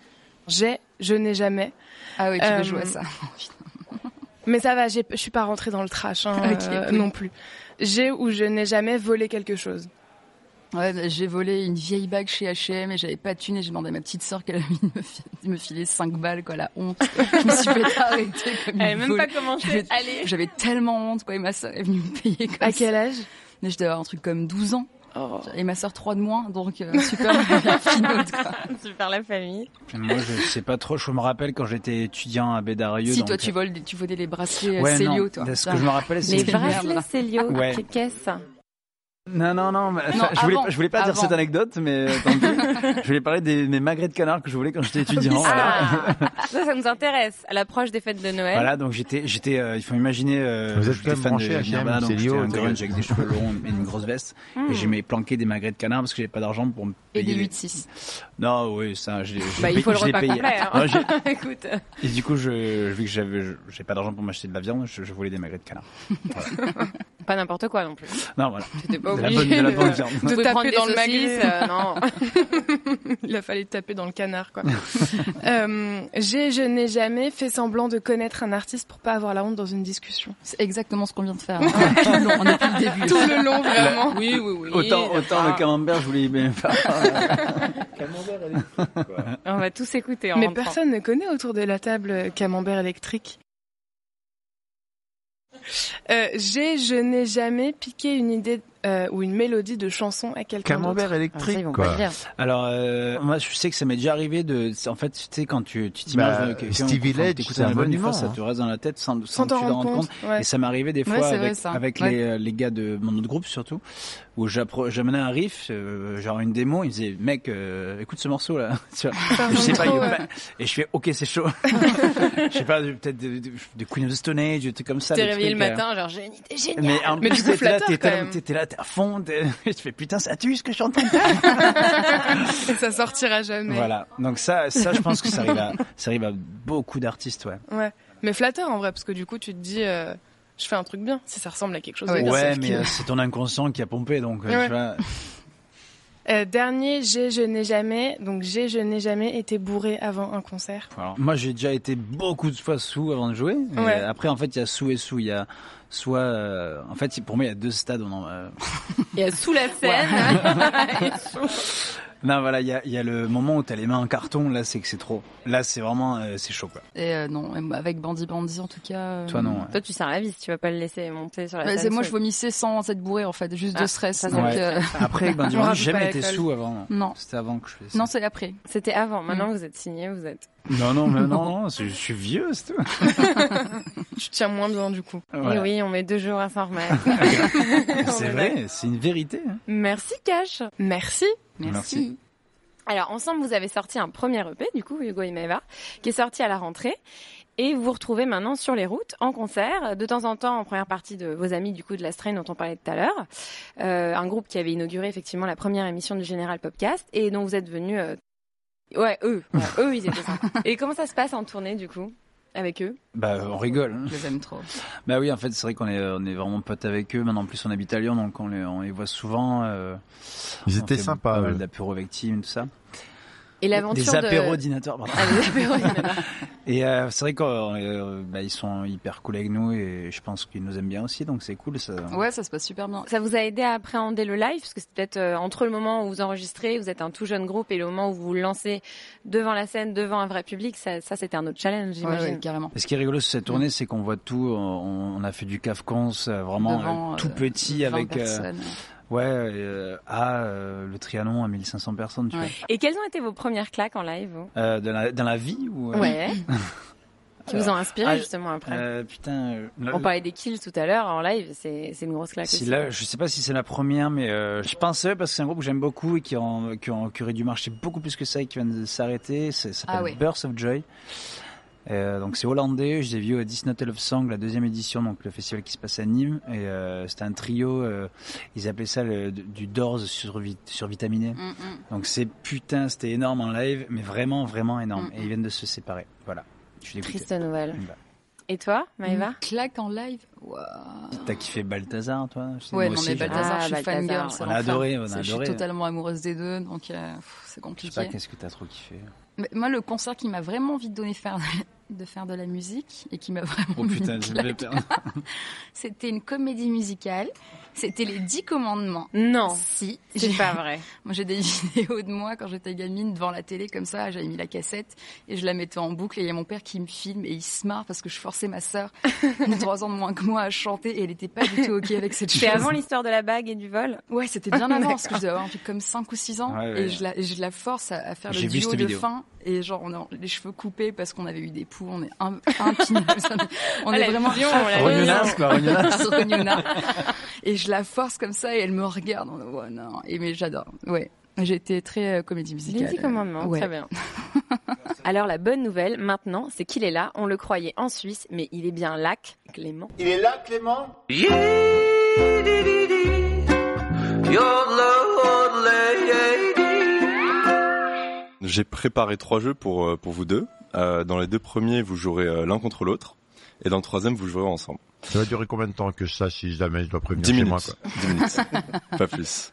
[SPEAKER 11] J'ai, je n'ai jamais.
[SPEAKER 4] Ah oui, tu
[SPEAKER 11] Euh,
[SPEAKER 4] peux jouer à ça.
[SPEAKER 11] Mais ça va, j'ai- je suis pas rentrée dans le trash hein,
[SPEAKER 4] Ok,
[SPEAKER 11] euh,
[SPEAKER 4] cool.
[SPEAKER 11] non plus. J'ai ou je n'ai jamais volé quelque chose.
[SPEAKER 4] Ouais, j'ai volé une vieille bague chez H&M et j'avais pas de thunes et j'ai demandé à ma petite sœur qu'elle avait envie de me fi- de me filer 5 balles quoi, la honte. Je me suis fait arrêter comme une
[SPEAKER 11] Elle avait même
[SPEAKER 4] folle.
[SPEAKER 11] pas commencé,
[SPEAKER 4] J'avais-
[SPEAKER 11] allez.
[SPEAKER 4] J'avais tellement honte quoi et ma sœur est venue me payer comme
[SPEAKER 11] À quel
[SPEAKER 4] ça.
[SPEAKER 11] âge
[SPEAKER 4] Mais j'étais un truc comme 12 ans. Et ma sœur 3 de moins donc euh, super la finaude, quoi.
[SPEAKER 2] Super la famille.
[SPEAKER 3] Moi, je sais pas trop. Je me rappelle quand j'étais étudiant à Bédarieux.
[SPEAKER 4] Si
[SPEAKER 3] donc,
[SPEAKER 4] toi tu
[SPEAKER 3] euh,
[SPEAKER 4] voles des- tu volais les bracelets euh,
[SPEAKER 3] Ouais,
[SPEAKER 4] Célio
[SPEAKER 3] non.
[SPEAKER 4] toi.
[SPEAKER 3] Ce que je me rappelle, c'est
[SPEAKER 2] Les
[SPEAKER 3] que-
[SPEAKER 2] bracelets Célio,
[SPEAKER 3] Ouais.
[SPEAKER 2] qu'est-ce
[SPEAKER 3] Non, non, non. mais-
[SPEAKER 2] Non,
[SPEAKER 3] je, voulais,
[SPEAKER 2] avant,
[SPEAKER 3] pas- je voulais pas dire
[SPEAKER 2] avant.
[SPEAKER 3] cette anecdote, mais euh, tant pis. je voulais parler des mes magrets de canard que je voulais quand j'étais étudiant. voilà.
[SPEAKER 2] Ah, ça, ça nous intéresse à l'approche des fêtes de Noël.
[SPEAKER 3] Voilà, donc j'étais, j'étais, euh, il faut imaginer, euh,
[SPEAKER 5] Vous êtes
[SPEAKER 3] j'étais
[SPEAKER 5] quand même
[SPEAKER 3] fan
[SPEAKER 5] branché
[SPEAKER 3] de
[SPEAKER 5] H&M,
[SPEAKER 3] Nirvana, donc
[SPEAKER 5] c'est
[SPEAKER 3] j'étais
[SPEAKER 5] Lio,
[SPEAKER 3] un
[SPEAKER 5] t'es-
[SPEAKER 3] grunge avec des cheveux longs et une grosse veste,
[SPEAKER 2] Hmm.
[SPEAKER 3] et j'aimais planquer des magrets de canard parce que j'avais pas d'argent pour me
[SPEAKER 4] Et
[SPEAKER 3] payer.
[SPEAKER 4] des
[SPEAKER 3] les-
[SPEAKER 4] 8-6.
[SPEAKER 3] Non, oui, ça, j'ai, j'ai
[SPEAKER 2] Bah, il
[SPEAKER 3] payé-
[SPEAKER 2] faut le
[SPEAKER 3] je l'ai
[SPEAKER 2] repas
[SPEAKER 3] payé.
[SPEAKER 2] complet. hein.
[SPEAKER 3] Non, j'ai-
[SPEAKER 2] Écoute.
[SPEAKER 3] et du coup, je, vu que j'avais, je- j'ai pas d'argent pour m'acheter de la viande, je, je volais des magrets de canard.
[SPEAKER 2] Pas n'importe quoi non plus.
[SPEAKER 3] Non, voilà.
[SPEAKER 2] T'étais pas
[SPEAKER 3] De la
[SPEAKER 2] obligé
[SPEAKER 3] bonne- de la
[SPEAKER 2] de-
[SPEAKER 3] bonne viande.
[SPEAKER 2] Vous
[SPEAKER 11] de
[SPEAKER 2] pouvez prendre
[SPEAKER 11] taper
[SPEAKER 2] des
[SPEAKER 11] dans le
[SPEAKER 2] saucisses,
[SPEAKER 11] magret. euh,
[SPEAKER 2] euh, non.
[SPEAKER 11] Il a fallu taper dans le canard, quoi. Euh, j'ai, je n'ai jamais fait semblant de connaître un artiste pour pas avoir la honte dans une discussion.
[SPEAKER 4] C'est exactement ce qu'on vient de faire. hein. Tout le long, on a plus le début.
[SPEAKER 11] Tout le long, vraiment.
[SPEAKER 2] Oui, oui, oui.
[SPEAKER 3] Autant, autant
[SPEAKER 4] Ah.
[SPEAKER 3] le camembert, je voulais bien faire.
[SPEAKER 2] On va tous écouter en
[SPEAKER 11] Mais
[SPEAKER 2] rentrant.
[SPEAKER 11] personne ne connaît autour de la table euh, Camembert électrique. Euh, j'ai, je n'ai jamais piqué une idée euh, ou une mélodie de chanson à quelqu'un
[SPEAKER 5] Camembert
[SPEAKER 11] d'autre. Ah,
[SPEAKER 5] électrique,
[SPEAKER 2] vont
[SPEAKER 5] quoi.
[SPEAKER 2] pas dire.
[SPEAKER 3] Alors, euh, moi, je sais que ça m'est déjà arrivé de. En fait, tu sais, quand tu tu
[SPEAKER 5] Bah,
[SPEAKER 3] t'imagines. que-
[SPEAKER 5] Stevie
[SPEAKER 3] quand
[SPEAKER 5] Lage,
[SPEAKER 3] t'écoutes
[SPEAKER 5] c'est un
[SPEAKER 3] album, des
[SPEAKER 5] monument,
[SPEAKER 3] fois, ça
[SPEAKER 5] hein.
[SPEAKER 3] te reste dans la tête sans,
[SPEAKER 11] Sans
[SPEAKER 3] que tu
[SPEAKER 11] t'en rendre compte. ouais.
[SPEAKER 3] Et ça m'est arrivé des
[SPEAKER 4] Ouais,
[SPEAKER 3] fois
[SPEAKER 4] c'est vrai,
[SPEAKER 3] avec,
[SPEAKER 4] ça.
[SPEAKER 3] avec
[SPEAKER 4] Ouais.
[SPEAKER 3] les, euh, les gars de mon autre groupe, surtout, où j'appro- j'amenais un riff, euh, genre une démo, ils me disaient, mec, euh, écoute ce morceau là. Tu vois,
[SPEAKER 11] Ça
[SPEAKER 3] je sais
[SPEAKER 11] rentre
[SPEAKER 3] pas, il y
[SPEAKER 11] trop,
[SPEAKER 3] a
[SPEAKER 11] ouais.
[SPEAKER 3] pas- Et je fais, ok, c'est chaud. je sais pas, peut-être de, de- de Queen of the Stone Age, des trucs comme ça.
[SPEAKER 2] T'es
[SPEAKER 3] des
[SPEAKER 2] réveillé le
[SPEAKER 3] trucs, euh,
[SPEAKER 2] matin, genre j'ai une idée géniale.
[SPEAKER 3] mais en
[SPEAKER 11] Mais
[SPEAKER 3] plus,
[SPEAKER 11] du coup,
[SPEAKER 3] t'étais là,
[SPEAKER 11] flatteur,
[SPEAKER 3] t'étais
[SPEAKER 11] quand
[SPEAKER 3] là,
[SPEAKER 11] même.
[SPEAKER 3] t'étais là, t'es à fond. t'es- je fais putain, ça tue ce que j'entends.
[SPEAKER 11] Et ça sortira jamais.
[SPEAKER 3] Voilà. Donc ça, ça, je pense que ça arrive à, ça arrive à beaucoup d'artistes, ouais.
[SPEAKER 11] Ouais. Mais flatteur en vrai, parce que du coup, tu te dis, euh, je fais un truc bien. Si ça ressemble à quelque chose. de
[SPEAKER 3] Ouais,
[SPEAKER 11] bien, c'est
[SPEAKER 3] mais
[SPEAKER 11] cool.
[SPEAKER 3] euh, c'est ton inconscient qui a pompé, donc euh,
[SPEAKER 11] hein. Ouais.
[SPEAKER 3] tu vois.
[SPEAKER 11] Euh, dernier, j'ai, je n'ai jamais. Donc j'ai, je n'ai jamais été bourré avant un concert.
[SPEAKER 3] Alors, moi, j'ai déjà été beaucoup de fois sous avant de jouer. Et
[SPEAKER 11] Ouais.
[SPEAKER 3] Après, en fait, il y a sous et sous. Il y a soit, euh, en fait, pour moi, il y a deux stades. On en, euh,
[SPEAKER 2] Il y a sous la scène.
[SPEAKER 3] Non, voilà, il y a, il y a le moment où t'as les mains en carton. Là, c'est que c'est trop. Là, c'est vraiment, euh, c'est chaud. Quoi.
[SPEAKER 4] Et euh, non, et avec Bandit Bandit en tout cas. euh,
[SPEAKER 3] Toi, non. ouais.
[SPEAKER 2] Toi, tu sers la vis, tu vas pas le laisser monter sur la
[SPEAKER 4] bah,
[SPEAKER 2] scène.
[SPEAKER 4] c'est moi je
[SPEAKER 2] seul.
[SPEAKER 4] vomissais sans être bourré en fait, juste
[SPEAKER 2] Ah,
[SPEAKER 4] de stress.
[SPEAKER 2] ça, c'est
[SPEAKER 4] donc,
[SPEAKER 3] Ouais.
[SPEAKER 4] euh,
[SPEAKER 3] Après, ben, du
[SPEAKER 11] On
[SPEAKER 3] moment,
[SPEAKER 11] rajoute
[SPEAKER 3] j'ai
[SPEAKER 11] pas
[SPEAKER 3] jamais été
[SPEAKER 11] l'alcool.
[SPEAKER 3] sous avant.
[SPEAKER 4] Non.
[SPEAKER 3] C'était avant que je faisais ça.
[SPEAKER 4] non, c'est après.
[SPEAKER 2] C'était avant. Maintenant, vous êtes signé, vous êtes.
[SPEAKER 3] non, non, mais non, non, c'est- je suis vieux, c'est tout.
[SPEAKER 11] Tu tiens moins bien du coup.
[SPEAKER 3] Voilà.
[SPEAKER 2] Oui, oui, on met deux jours à s'en remettre. On
[SPEAKER 3] Ah C'est
[SPEAKER 2] est
[SPEAKER 3] vrai, c'est une vérité. hein.
[SPEAKER 2] Merci Cash.
[SPEAKER 11] Merci.
[SPEAKER 3] Merci.
[SPEAKER 2] Alors ensemble, vous avez sorti un premier EP, du coup, Hugo et Maeva, qui est sorti à la rentrée. Et vous vous retrouvez maintenant sur les routes, en concert, de temps en temps en première partie de vos amis du coup de la Strain dont on parlait tout à l'heure, Euh, un groupe qui avait inauguré effectivement la première émission du Général Podcast et dont vous êtes venus. euh, Ouais, eux, Ouais, eux, ils étaient sympas. Et comment ça se passe en tournée du coup avec eux
[SPEAKER 3] Bah, euh, on rigole. hein.
[SPEAKER 4] Je les aime trop.
[SPEAKER 3] Bah oui, en fait, c'est vrai qu'on est, on est vraiment potes avec eux. Maintenant, en plus, on habite à Lyon, donc on les, on les voit souvent. euh,
[SPEAKER 5] Ils
[SPEAKER 3] on
[SPEAKER 5] étaient
[SPEAKER 3] fait
[SPEAKER 5] sympas,
[SPEAKER 3] Pas mal
[SPEAKER 5] eux.
[SPEAKER 3] d'apéros avec Tim, tout ça.
[SPEAKER 2] Et l'aventure
[SPEAKER 3] Des apéros
[SPEAKER 2] de.
[SPEAKER 3] dînateurs, pardon.
[SPEAKER 2] Ah, des apéros dînateurs.
[SPEAKER 3] Et euh, c'est vrai qu'ils euh, bah, sont hyper cool avec nous et je pense qu'ils nous aiment bien aussi, donc c'est cool. Ça.
[SPEAKER 4] Ouais, ça se passe super bien.
[SPEAKER 2] Ça vous a aidé à appréhender le live Parce que c'est peut-être euh, entre le moment où vous enregistrez, vous êtes un tout jeune groupe, et le moment où vous vous lancez devant la scène, devant un vrai public, ça, ça, c'était un autre challenge,
[SPEAKER 4] Ouais, ouais,
[SPEAKER 2] j'imagine.
[SPEAKER 4] carrément.
[SPEAKER 3] Et ce qui est rigolo sur cette
[SPEAKER 4] Mm.
[SPEAKER 3] tournée, c'est qu'on voit tout. On, on a fait du Cafcons euh, vraiment
[SPEAKER 4] Devant,
[SPEAKER 3] euh, tout
[SPEAKER 4] euh,
[SPEAKER 3] petit
[SPEAKER 4] 20
[SPEAKER 3] avec. euh,
[SPEAKER 4] personnes.
[SPEAKER 3] ouais, euh, à euh, le Trianon à 1500 personnes, tu
[SPEAKER 4] Ouais.
[SPEAKER 3] vois.
[SPEAKER 2] Et quelles ont été vos premières claques en live vous
[SPEAKER 3] Euh, dans, la, dans la vie ou. euh,
[SPEAKER 2] Ouais. Qui vous ont inspiré
[SPEAKER 3] ah,
[SPEAKER 2] justement après
[SPEAKER 3] euh, putain. euh,
[SPEAKER 2] On parlait des kills tout à l'heure, en live, c'est c'est une grosse claque
[SPEAKER 3] Si
[SPEAKER 2] aussi.
[SPEAKER 3] là, je sais pas si c'est la première, mais euh, je pensais parce que c'est un groupe que j'aime beaucoup et qui, ont, qui, ont, qui aurait dû marcher beaucoup plus que ça et qui vient de s'arrêter. C'est- Ça s'appelle
[SPEAKER 4] Ah ouais.
[SPEAKER 3] Birth of Joy. Euh, donc c'est hollandais. Je les ai vus à Disnotel of Song, la deuxième édition, donc le festival qui se passe à Nîmes. Et euh, c'était un trio. euh, ils appelaient ça le- du Doors survi- survitaminé.
[SPEAKER 4] Mm, mm.
[SPEAKER 3] Donc c'est putain, c'était énorme en live, mais vraiment, vraiment énorme.
[SPEAKER 4] Mm.
[SPEAKER 3] Et ils viennent de se séparer. Voilà. Je suis dégoûté.
[SPEAKER 2] Triste nouvelle.
[SPEAKER 3] Bah.
[SPEAKER 2] Et toi, Maëva
[SPEAKER 4] Une claque en live. Waouh.
[SPEAKER 3] T'as kiffé Balthazar, toi Je sais,
[SPEAKER 4] Ouais,
[SPEAKER 3] moi
[SPEAKER 4] non
[SPEAKER 3] aussi,
[SPEAKER 4] mais
[SPEAKER 3] j'ai-
[SPEAKER 4] Balthazar,
[SPEAKER 2] Ah,
[SPEAKER 4] je suis
[SPEAKER 2] Balthazar.
[SPEAKER 4] fan girl. c'est
[SPEAKER 3] On a
[SPEAKER 4] l'enfer.
[SPEAKER 3] adoré, on a
[SPEAKER 4] C'est- Je
[SPEAKER 3] adoré.
[SPEAKER 4] suis totalement amoureuse des deux, donc euh, pff, c'est
[SPEAKER 3] Je sais pas,
[SPEAKER 4] compliqué.
[SPEAKER 3] qu'est-ce que t'as trop kiffé
[SPEAKER 4] Mais moi, le concert qui m'a vraiment envie de donner faire de faire de la musique et qui m'a vraiment.
[SPEAKER 3] Oh
[SPEAKER 4] mis
[SPEAKER 3] putain,
[SPEAKER 4] une
[SPEAKER 3] je vais
[SPEAKER 4] claque.
[SPEAKER 3] perdre.
[SPEAKER 4] C'était une comédie musicale. C'était les Dix Commandements.
[SPEAKER 2] Non.
[SPEAKER 4] Si.
[SPEAKER 2] C'est
[SPEAKER 4] J'ai-
[SPEAKER 2] pas vrai.
[SPEAKER 4] Moi, j'ai des vidéos de moi quand j'étais gamine devant la télé comme ça. J'avais mis la cassette et je la mettais en boucle. Et il y a mon père qui me filme et il se marre parce que je forçais ma sœur de trois ans de moins que moi à chanter et elle était pas du tout ok avec cette chose.
[SPEAKER 2] C'est avant l'histoire de la bague et du vol
[SPEAKER 4] Ouais, c'était bien avant, parce que
[SPEAKER 2] D'accord.
[SPEAKER 4] je devais avoir un truc comme 5 ou 6 ans,
[SPEAKER 2] Ouais, ouais.
[SPEAKER 4] et je la, et je la force à, à faire le
[SPEAKER 3] J'ai vu
[SPEAKER 4] duo
[SPEAKER 3] cette
[SPEAKER 4] de
[SPEAKER 3] vidéo.
[SPEAKER 4] fin, et genre on a les cheveux coupés parce qu'on avait eu des poux, on est un, un pignon, on
[SPEAKER 2] Elle
[SPEAKER 4] est
[SPEAKER 2] a
[SPEAKER 4] vraiment
[SPEAKER 2] pignon, on Ah, l'a Rognonasse, vu. quoi, rognonasse.
[SPEAKER 4] Rognonasse. Et je la force comme ça, et elle me regarde, on- ouais, oh non, et mais j'adore, ouais. J'ai été très euh, comédie musicale.
[SPEAKER 2] Les dix commandements,
[SPEAKER 4] Ouais.
[SPEAKER 2] très bien. Alors la bonne nouvelle maintenant, c'est qu'il est là. On le croyait en Suisse, mais il est bien lac, Clément.
[SPEAKER 5] Il est là, Clément
[SPEAKER 8] J'ai préparé trois jeux pour, euh, pour vous deux. Euh, dans les deux premiers, vous jouerez euh, l'un contre l'autre. Et dans le troisième, vous jouerez ensemble.
[SPEAKER 5] Ça va durer combien de temps que je sache si jamais je dois prévenir
[SPEAKER 8] 10
[SPEAKER 5] chez
[SPEAKER 8] minutes.
[SPEAKER 5] moi quoi.
[SPEAKER 8] 10 minutes. Pas plus.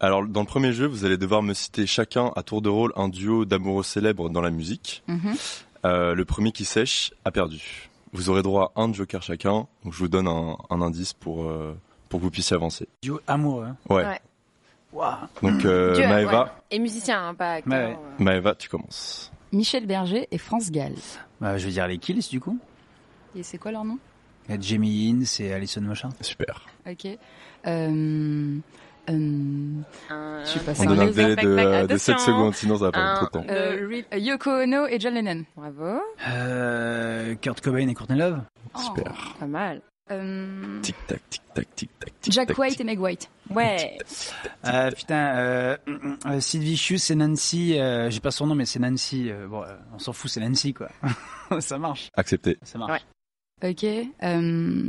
[SPEAKER 8] Alors, dans le premier jeu, vous allez devoir me citer chacun à tour de rôle un duo d'amoureux célèbres dans la musique.
[SPEAKER 4] Mhm.
[SPEAKER 8] Euh, le premier qui sèche a perdu. Vous aurez droit à un joker chacun. Donc, je vous donne un, un indice pour, euh, pour que vous puissiez avancer.
[SPEAKER 3] Duo amoureux. hein.
[SPEAKER 8] Ouais. Donc, euh,
[SPEAKER 2] Dieu, ouais.
[SPEAKER 8] Maëva,
[SPEAKER 2] Et musicien, hein, pas acteur.
[SPEAKER 8] Maëva, tu commences.
[SPEAKER 4] Michel Berger et France Gall.
[SPEAKER 3] Bah, je vais dire les Kills du coup.
[SPEAKER 4] Et c'est quoi leur nom
[SPEAKER 3] Il y a Jamie Hinn, c'est Alison Machin.
[SPEAKER 8] Super.
[SPEAKER 4] Ok. Euh, euh, je suis pas
[SPEAKER 8] On donne un
[SPEAKER 4] sérieuse.
[SPEAKER 8] délai de, euh, de
[SPEAKER 4] Attention.
[SPEAKER 8] 7 secondes, sinon ça va prendre trop de temps.
[SPEAKER 4] Euh, Reed- euh, Yoko Ono et John Lennon.
[SPEAKER 2] Bravo.
[SPEAKER 3] Euh, Kurt Cobain et Courtney Love.
[SPEAKER 4] Oh,
[SPEAKER 8] Super.
[SPEAKER 2] Pas mal.
[SPEAKER 8] Tic tac, tic tac, tic tac.
[SPEAKER 4] euh, Jack White et Meg White.
[SPEAKER 2] Ouais.
[SPEAKER 3] Euh, putain, euh, euh, Sid Vicious, c'est Nancy. euh, J'ai pas son nom, mais c'est Nancy. euh, bon, euh, on s'en fout, c'est Nancy quoi. ça marche.
[SPEAKER 8] Accepté.
[SPEAKER 3] Ça marche.
[SPEAKER 4] Ok. euh,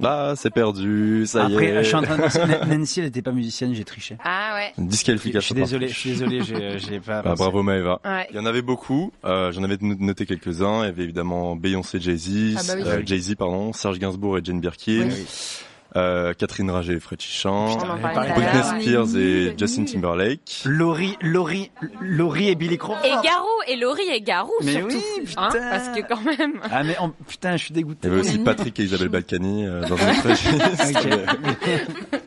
[SPEAKER 8] Là, c'est perdu, ça y
[SPEAKER 3] Après,
[SPEAKER 8] est.
[SPEAKER 3] je suis en train de... Na- Nancy, elle n'était pas musicienne, j'ai triché.
[SPEAKER 2] Ah ouais.
[SPEAKER 8] Une Disqualification.
[SPEAKER 3] Je suis désolé, je suis désolé, j'ai- euh, j'ai pas
[SPEAKER 8] Bah,
[SPEAKER 3] avancé.
[SPEAKER 8] bravo Maëva.
[SPEAKER 2] Ouais.
[SPEAKER 8] Il y en avait beaucoup. euh, J'en avais no- noté quelques-uns. Il y avait évidemment Beyoncé, Jay-Z,
[SPEAKER 2] Ah bah oui.
[SPEAKER 8] euh, Jay-Z pardon, Serge Gainsbourg et Jane Birkin,
[SPEAKER 2] Oui.
[SPEAKER 8] euh, Catherine Rager et Fred Chichan,
[SPEAKER 2] Putain, on en parlait tout à
[SPEAKER 8] Britney
[SPEAKER 2] l'heure.
[SPEAKER 8] Spears
[SPEAKER 2] Nul,
[SPEAKER 8] et
[SPEAKER 2] nul.
[SPEAKER 8] Justin Timberlake.
[SPEAKER 3] Laurie, Laurie, Laurie et Billy Crawford.
[SPEAKER 2] Et Garou, et Laurie et Garou
[SPEAKER 3] Mais
[SPEAKER 2] surtout.
[SPEAKER 3] oui,
[SPEAKER 2] Hein,
[SPEAKER 3] putain.
[SPEAKER 2] parce que quand même.
[SPEAKER 3] Ah mais on- putain, je suis dégoûté.
[SPEAKER 8] Il y avait aussi Patrick et Isabelle Balkany euh, dans un autre registre.
[SPEAKER 3] Ok.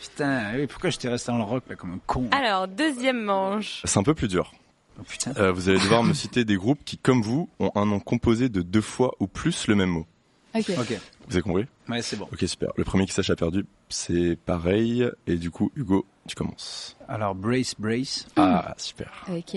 [SPEAKER 3] Putain, oui, pourquoi j'étais resté dans le rock là comme un con
[SPEAKER 2] Alors, deuxième manche.
[SPEAKER 8] C'est un peu plus dur.
[SPEAKER 3] Oh,
[SPEAKER 8] Euh, vous allez devoir me citer des groupes qui, comme vous, ont un nom composé de deux fois ou plus le même mot.
[SPEAKER 4] Ok.
[SPEAKER 8] Vous avez compris
[SPEAKER 3] Ouais, c'est bon.
[SPEAKER 8] Ok, super. Le premier qui sache a perdu, c'est pareil. Et du coup, Hugo, tu commences.
[SPEAKER 4] Ah.
[SPEAKER 3] Alors Brace Brace.
[SPEAKER 8] Ah, super.
[SPEAKER 4] Ok.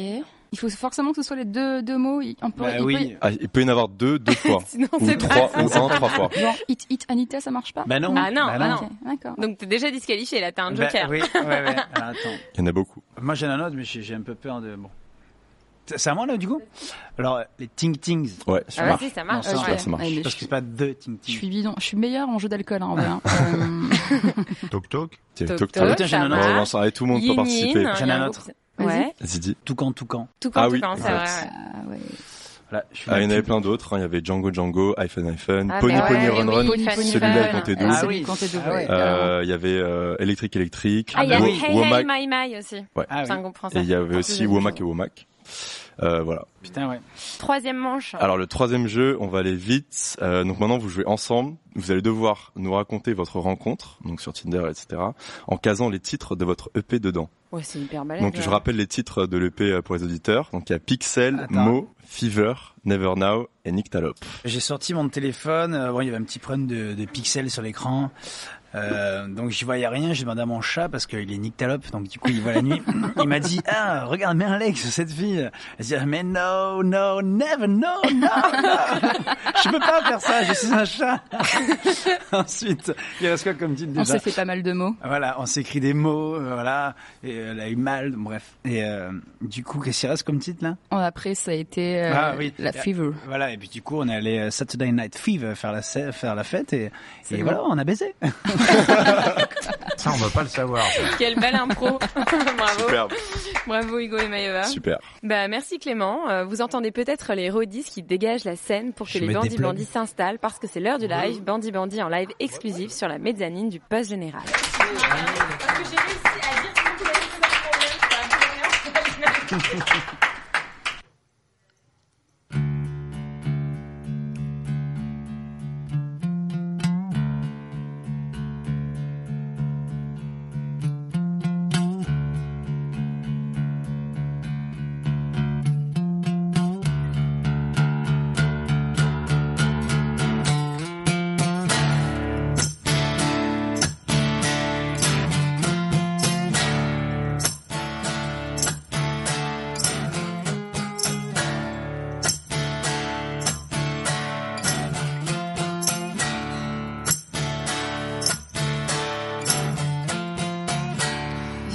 [SPEAKER 4] Il faut forcément que ce soit les deux, deux mots. il-
[SPEAKER 3] Bah
[SPEAKER 4] On peut, il peut-
[SPEAKER 8] Ah, il peut y en avoir deux, deux fois.
[SPEAKER 4] Sinon,
[SPEAKER 8] ou
[SPEAKER 4] c'est pas
[SPEAKER 8] trois, ou
[SPEAKER 4] ça.
[SPEAKER 8] un, trois fois.
[SPEAKER 4] Genre, hit, hit, Anita, ça marche pas
[SPEAKER 8] Bah non.
[SPEAKER 2] Ah non,
[SPEAKER 8] Bah
[SPEAKER 2] ah
[SPEAKER 8] non.
[SPEAKER 2] non.
[SPEAKER 4] Ok, D'accord.
[SPEAKER 2] Donc t'es déjà disqualifié là, t'as un
[SPEAKER 3] Bah,
[SPEAKER 2] joker.
[SPEAKER 3] oui, ouais, ouais.
[SPEAKER 8] Ah,
[SPEAKER 3] Alors, attends.
[SPEAKER 8] Il y en a beaucoup.
[SPEAKER 3] Moi j'en ai un autre, mais j'ai j'ai un peu peur de. Bon. C'est c'est à moi là du coup Alors euh, les Ting Tings.
[SPEAKER 8] Ouais,
[SPEAKER 4] ça Ah ouais, marche. si, ça marche, ouais.
[SPEAKER 3] marche.
[SPEAKER 4] Ça marche. Ouais, mais
[SPEAKER 3] Parce que c'est pas deux Ting
[SPEAKER 4] Je
[SPEAKER 3] Tings.
[SPEAKER 4] suis bidon. Je suis meilleure en jeu d'alcool, hein, en vrai. hein. Euh,
[SPEAKER 5] Toc toc.
[SPEAKER 8] Tiens,
[SPEAKER 4] Toc,
[SPEAKER 8] toc,
[SPEAKER 4] toc,
[SPEAKER 3] Ah,
[SPEAKER 8] toc.
[SPEAKER 4] ça
[SPEAKER 8] J'en ai Ah, un autre.
[SPEAKER 4] marche.
[SPEAKER 8] Bon, ça, et tout le monde peut
[SPEAKER 4] Yin,
[SPEAKER 8] participer.
[SPEAKER 4] yin,
[SPEAKER 3] J'en ai un autre.
[SPEAKER 2] Ouais.
[SPEAKER 8] Zidi.
[SPEAKER 3] Toucan Toucan. Ah,
[SPEAKER 2] Tout
[SPEAKER 8] Ah
[SPEAKER 2] quand,
[SPEAKER 8] oui,
[SPEAKER 2] tout quand, c'est
[SPEAKER 8] exact.
[SPEAKER 2] vrai.
[SPEAKER 3] Voilà, je suis
[SPEAKER 8] Ah, il y en
[SPEAKER 3] là.
[SPEAKER 8] avait plein d'autres. hein. Il y avait Django Django, iPhone iPhone,
[SPEAKER 2] Ah,
[SPEAKER 8] Pony
[SPEAKER 2] bah
[SPEAKER 8] Pony
[SPEAKER 2] ouais,
[SPEAKER 8] Run
[SPEAKER 2] oui,
[SPEAKER 8] Run.
[SPEAKER 2] Pony Pony
[SPEAKER 8] Celui-là, il
[SPEAKER 2] Run.
[SPEAKER 8] comptait
[SPEAKER 2] Ah,
[SPEAKER 8] douze.
[SPEAKER 2] celui-là, il comptait douze, ouais,
[SPEAKER 8] Euh, Il y avait euh, Electric Electric.
[SPEAKER 2] Ah, il y a
[SPEAKER 8] Wo-
[SPEAKER 2] Hey
[SPEAKER 8] Womack.
[SPEAKER 2] Hey My My aussi.
[SPEAKER 8] Ouais.
[SPEAKER 2] C'est un groupe français.
[SPEAKER 8] Et il y avait
[SPEAKER 2] Ah,
[SPEAKER 8] aussi
[SPEAKER 2] c'est vrai.
[SPEAKER 8] Womack et Womack. Euh, voilà.
[SPEAKER 3] Putain, ouais.
[SPEAKER 2] Troisième manche.
[SPEAKER 8] Alors le troisième jeu, on va aller vite. Euh, donc maintenant vous jouez ensemble. Vous allez devoir nous raconter votre rencontre, donc sur Tinder, etc. En casant les titres de votre EP dedans.
[SPEAKER 2] Ouais, c'est hyper balèze.
[SPEAKER 8] Donc je
[SPEAKER 2] là.
[SPEAKER 8] rappelle les titres de l'EP pour les auditeurs. Donc il y a Pixel,
[SPEAKER 3] Attends.
[SPEAKER 8] Mo, Fever, Never Now et Nick Talop.
[SPEAKER 3] J'ai sorti mon téléphone. euh, bon, il y avait un petit problème de, de pixels sur l'écran. Euh, donc j'y voyais rien. J'ai demandé à mon chat parce qu'il est nyctalope, donc du coup il voit la nuit. Il m'a dit ah regarde mais Alex cette fille. Elle dit mais no no never no no. no. je peux pas faire ça. Je suis un chat. Ensuite il reste quoi comme titre déjà
[SPEAKER 4] On s'est fait pas mal de mots.
[SPEAKER 3] Voilà, on s'écrit des mots, euh, voilà, et elle a eu mal, bref. Et euh, du coup, qu'est-ce qu'il reste comme titre là
[SPEAKER 4] Oh, Après, ça a été euh,
[SPEAKER 8] Ah
[SPEAKER 4] la fever.
[SPEAKER 3] Voilà, Ah et puis du coup, on est allé euh, Saturday Night Fever faire la, se- faire la fête et,
[SPEAKER 4] C'est
[SPEAKER 3] et
[SPEAKER 4] bon.
[SPEAKER 3] voilà, on a baisé.
[SPEAKER 5] Ça, on va pas le savoir.
[SPEAKER 2] Quelle belle impro. Bravo.
[SPEAKER 8] Superbe.
[SPEAKER 2] Bravo Hugo et Maëva.
[SPEAKER 8] Super.
[SPEAKER 2] Bah merci Clément. Euh, vous entendez peut-être les rodis qui dégagent la scène pour que
[SPEAKER 3] Je vais
[SPEAKER 2] les
[SPEAKER 3] mettre des
[SPEAKER 2] bandits
[SPEAKER 3] plugs.
[SPEAKER 2] bandits s'installent parce que c'est l'heure du live Bandits bandits en live exclusif sur la mezzanine du poste général.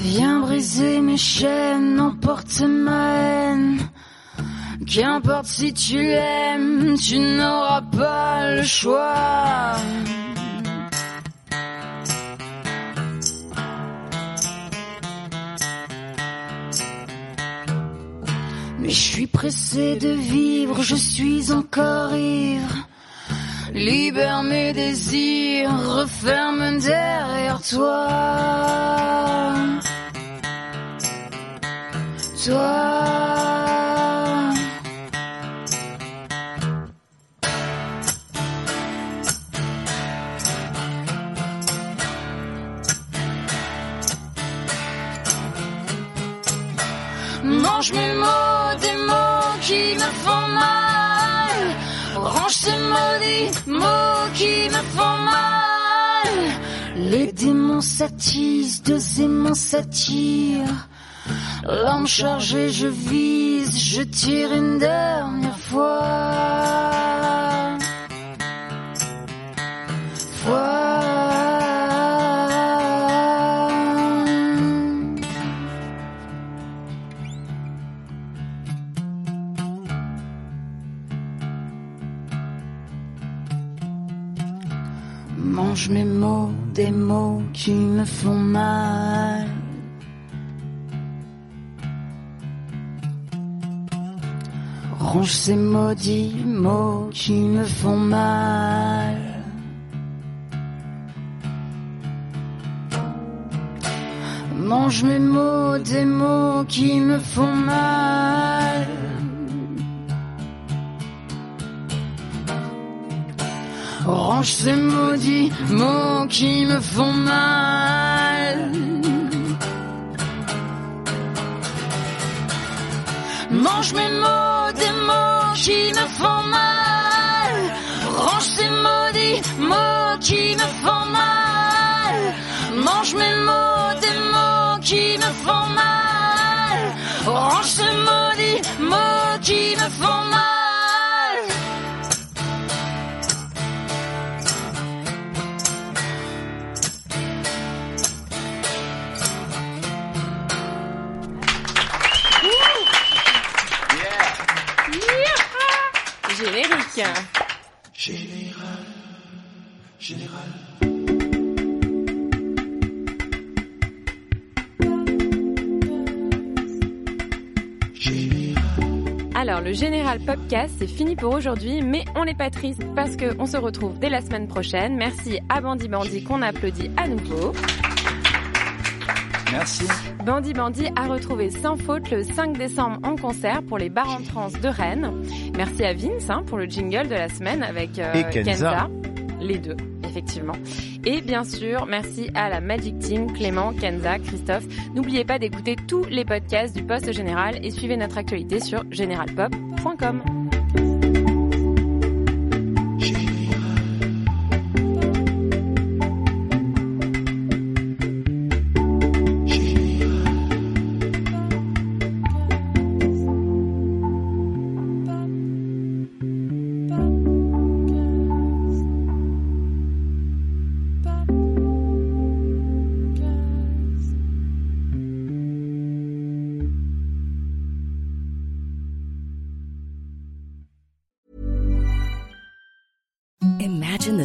[SPEAKER 12] déposer mes chaînes, emporte ma haine. Qu'importe si tu l'aimes, tu n'auras pas le choix. Mais je suis pressé de vivre, je suis encore ivre. Libère mes désirs, referme derrière toi. Toi. Mange mes mots, des mots qui me font mal. Range ces maudits mots qui me font mal. Les démons s'attisent, deux aimants s'attirent. L'arme chargée, je vise, je tire une dernière fois. Fois. Mange mes mots, des mots qui me font mal. Range ces maudits mots qui me font mal. Mange mes mots, des mots qui me font mal. Range ces maudits mots qui me font mal. Mange mes mots, des mots qui me font mal. Range ces maudits mots qui me font mal. Mange mes mots, des mots qui me font mal. Range ces maudits mots qui me font mal.
[SPEAKER 2] Générique.
[SPEAKER 10] Général, général.
[SPEAKER 2] Alors, le Général Popcast, c'est fini pour aujourd'hui, mais on n'est pas triste parce qu'on se retrouve dès la semaine prochaine. Merci à Bandy Bandy qu'on applaudit à nouveau.
[SPEAKER 3] Merci.
[SPEAKER 2] Bandy Bandy a retrouvé sans faute le 5 décembre en concert pour les bars en trans de Rennes. Merci à Vince hein, pour le jingle de la semaine avec euh,
[SPEAKER 5] Et Kenza.
[SPEAKER 2] Kenza. Les deux, effectivement. Et bien sûr, merci à la Magic Team, Clément, Kenza, Christophe. N'oubliez pas d'écouter tous les podcasts du Poste Général et suivez notre actualité sur généralpop.com.
[SPEAKER 13] Imagine the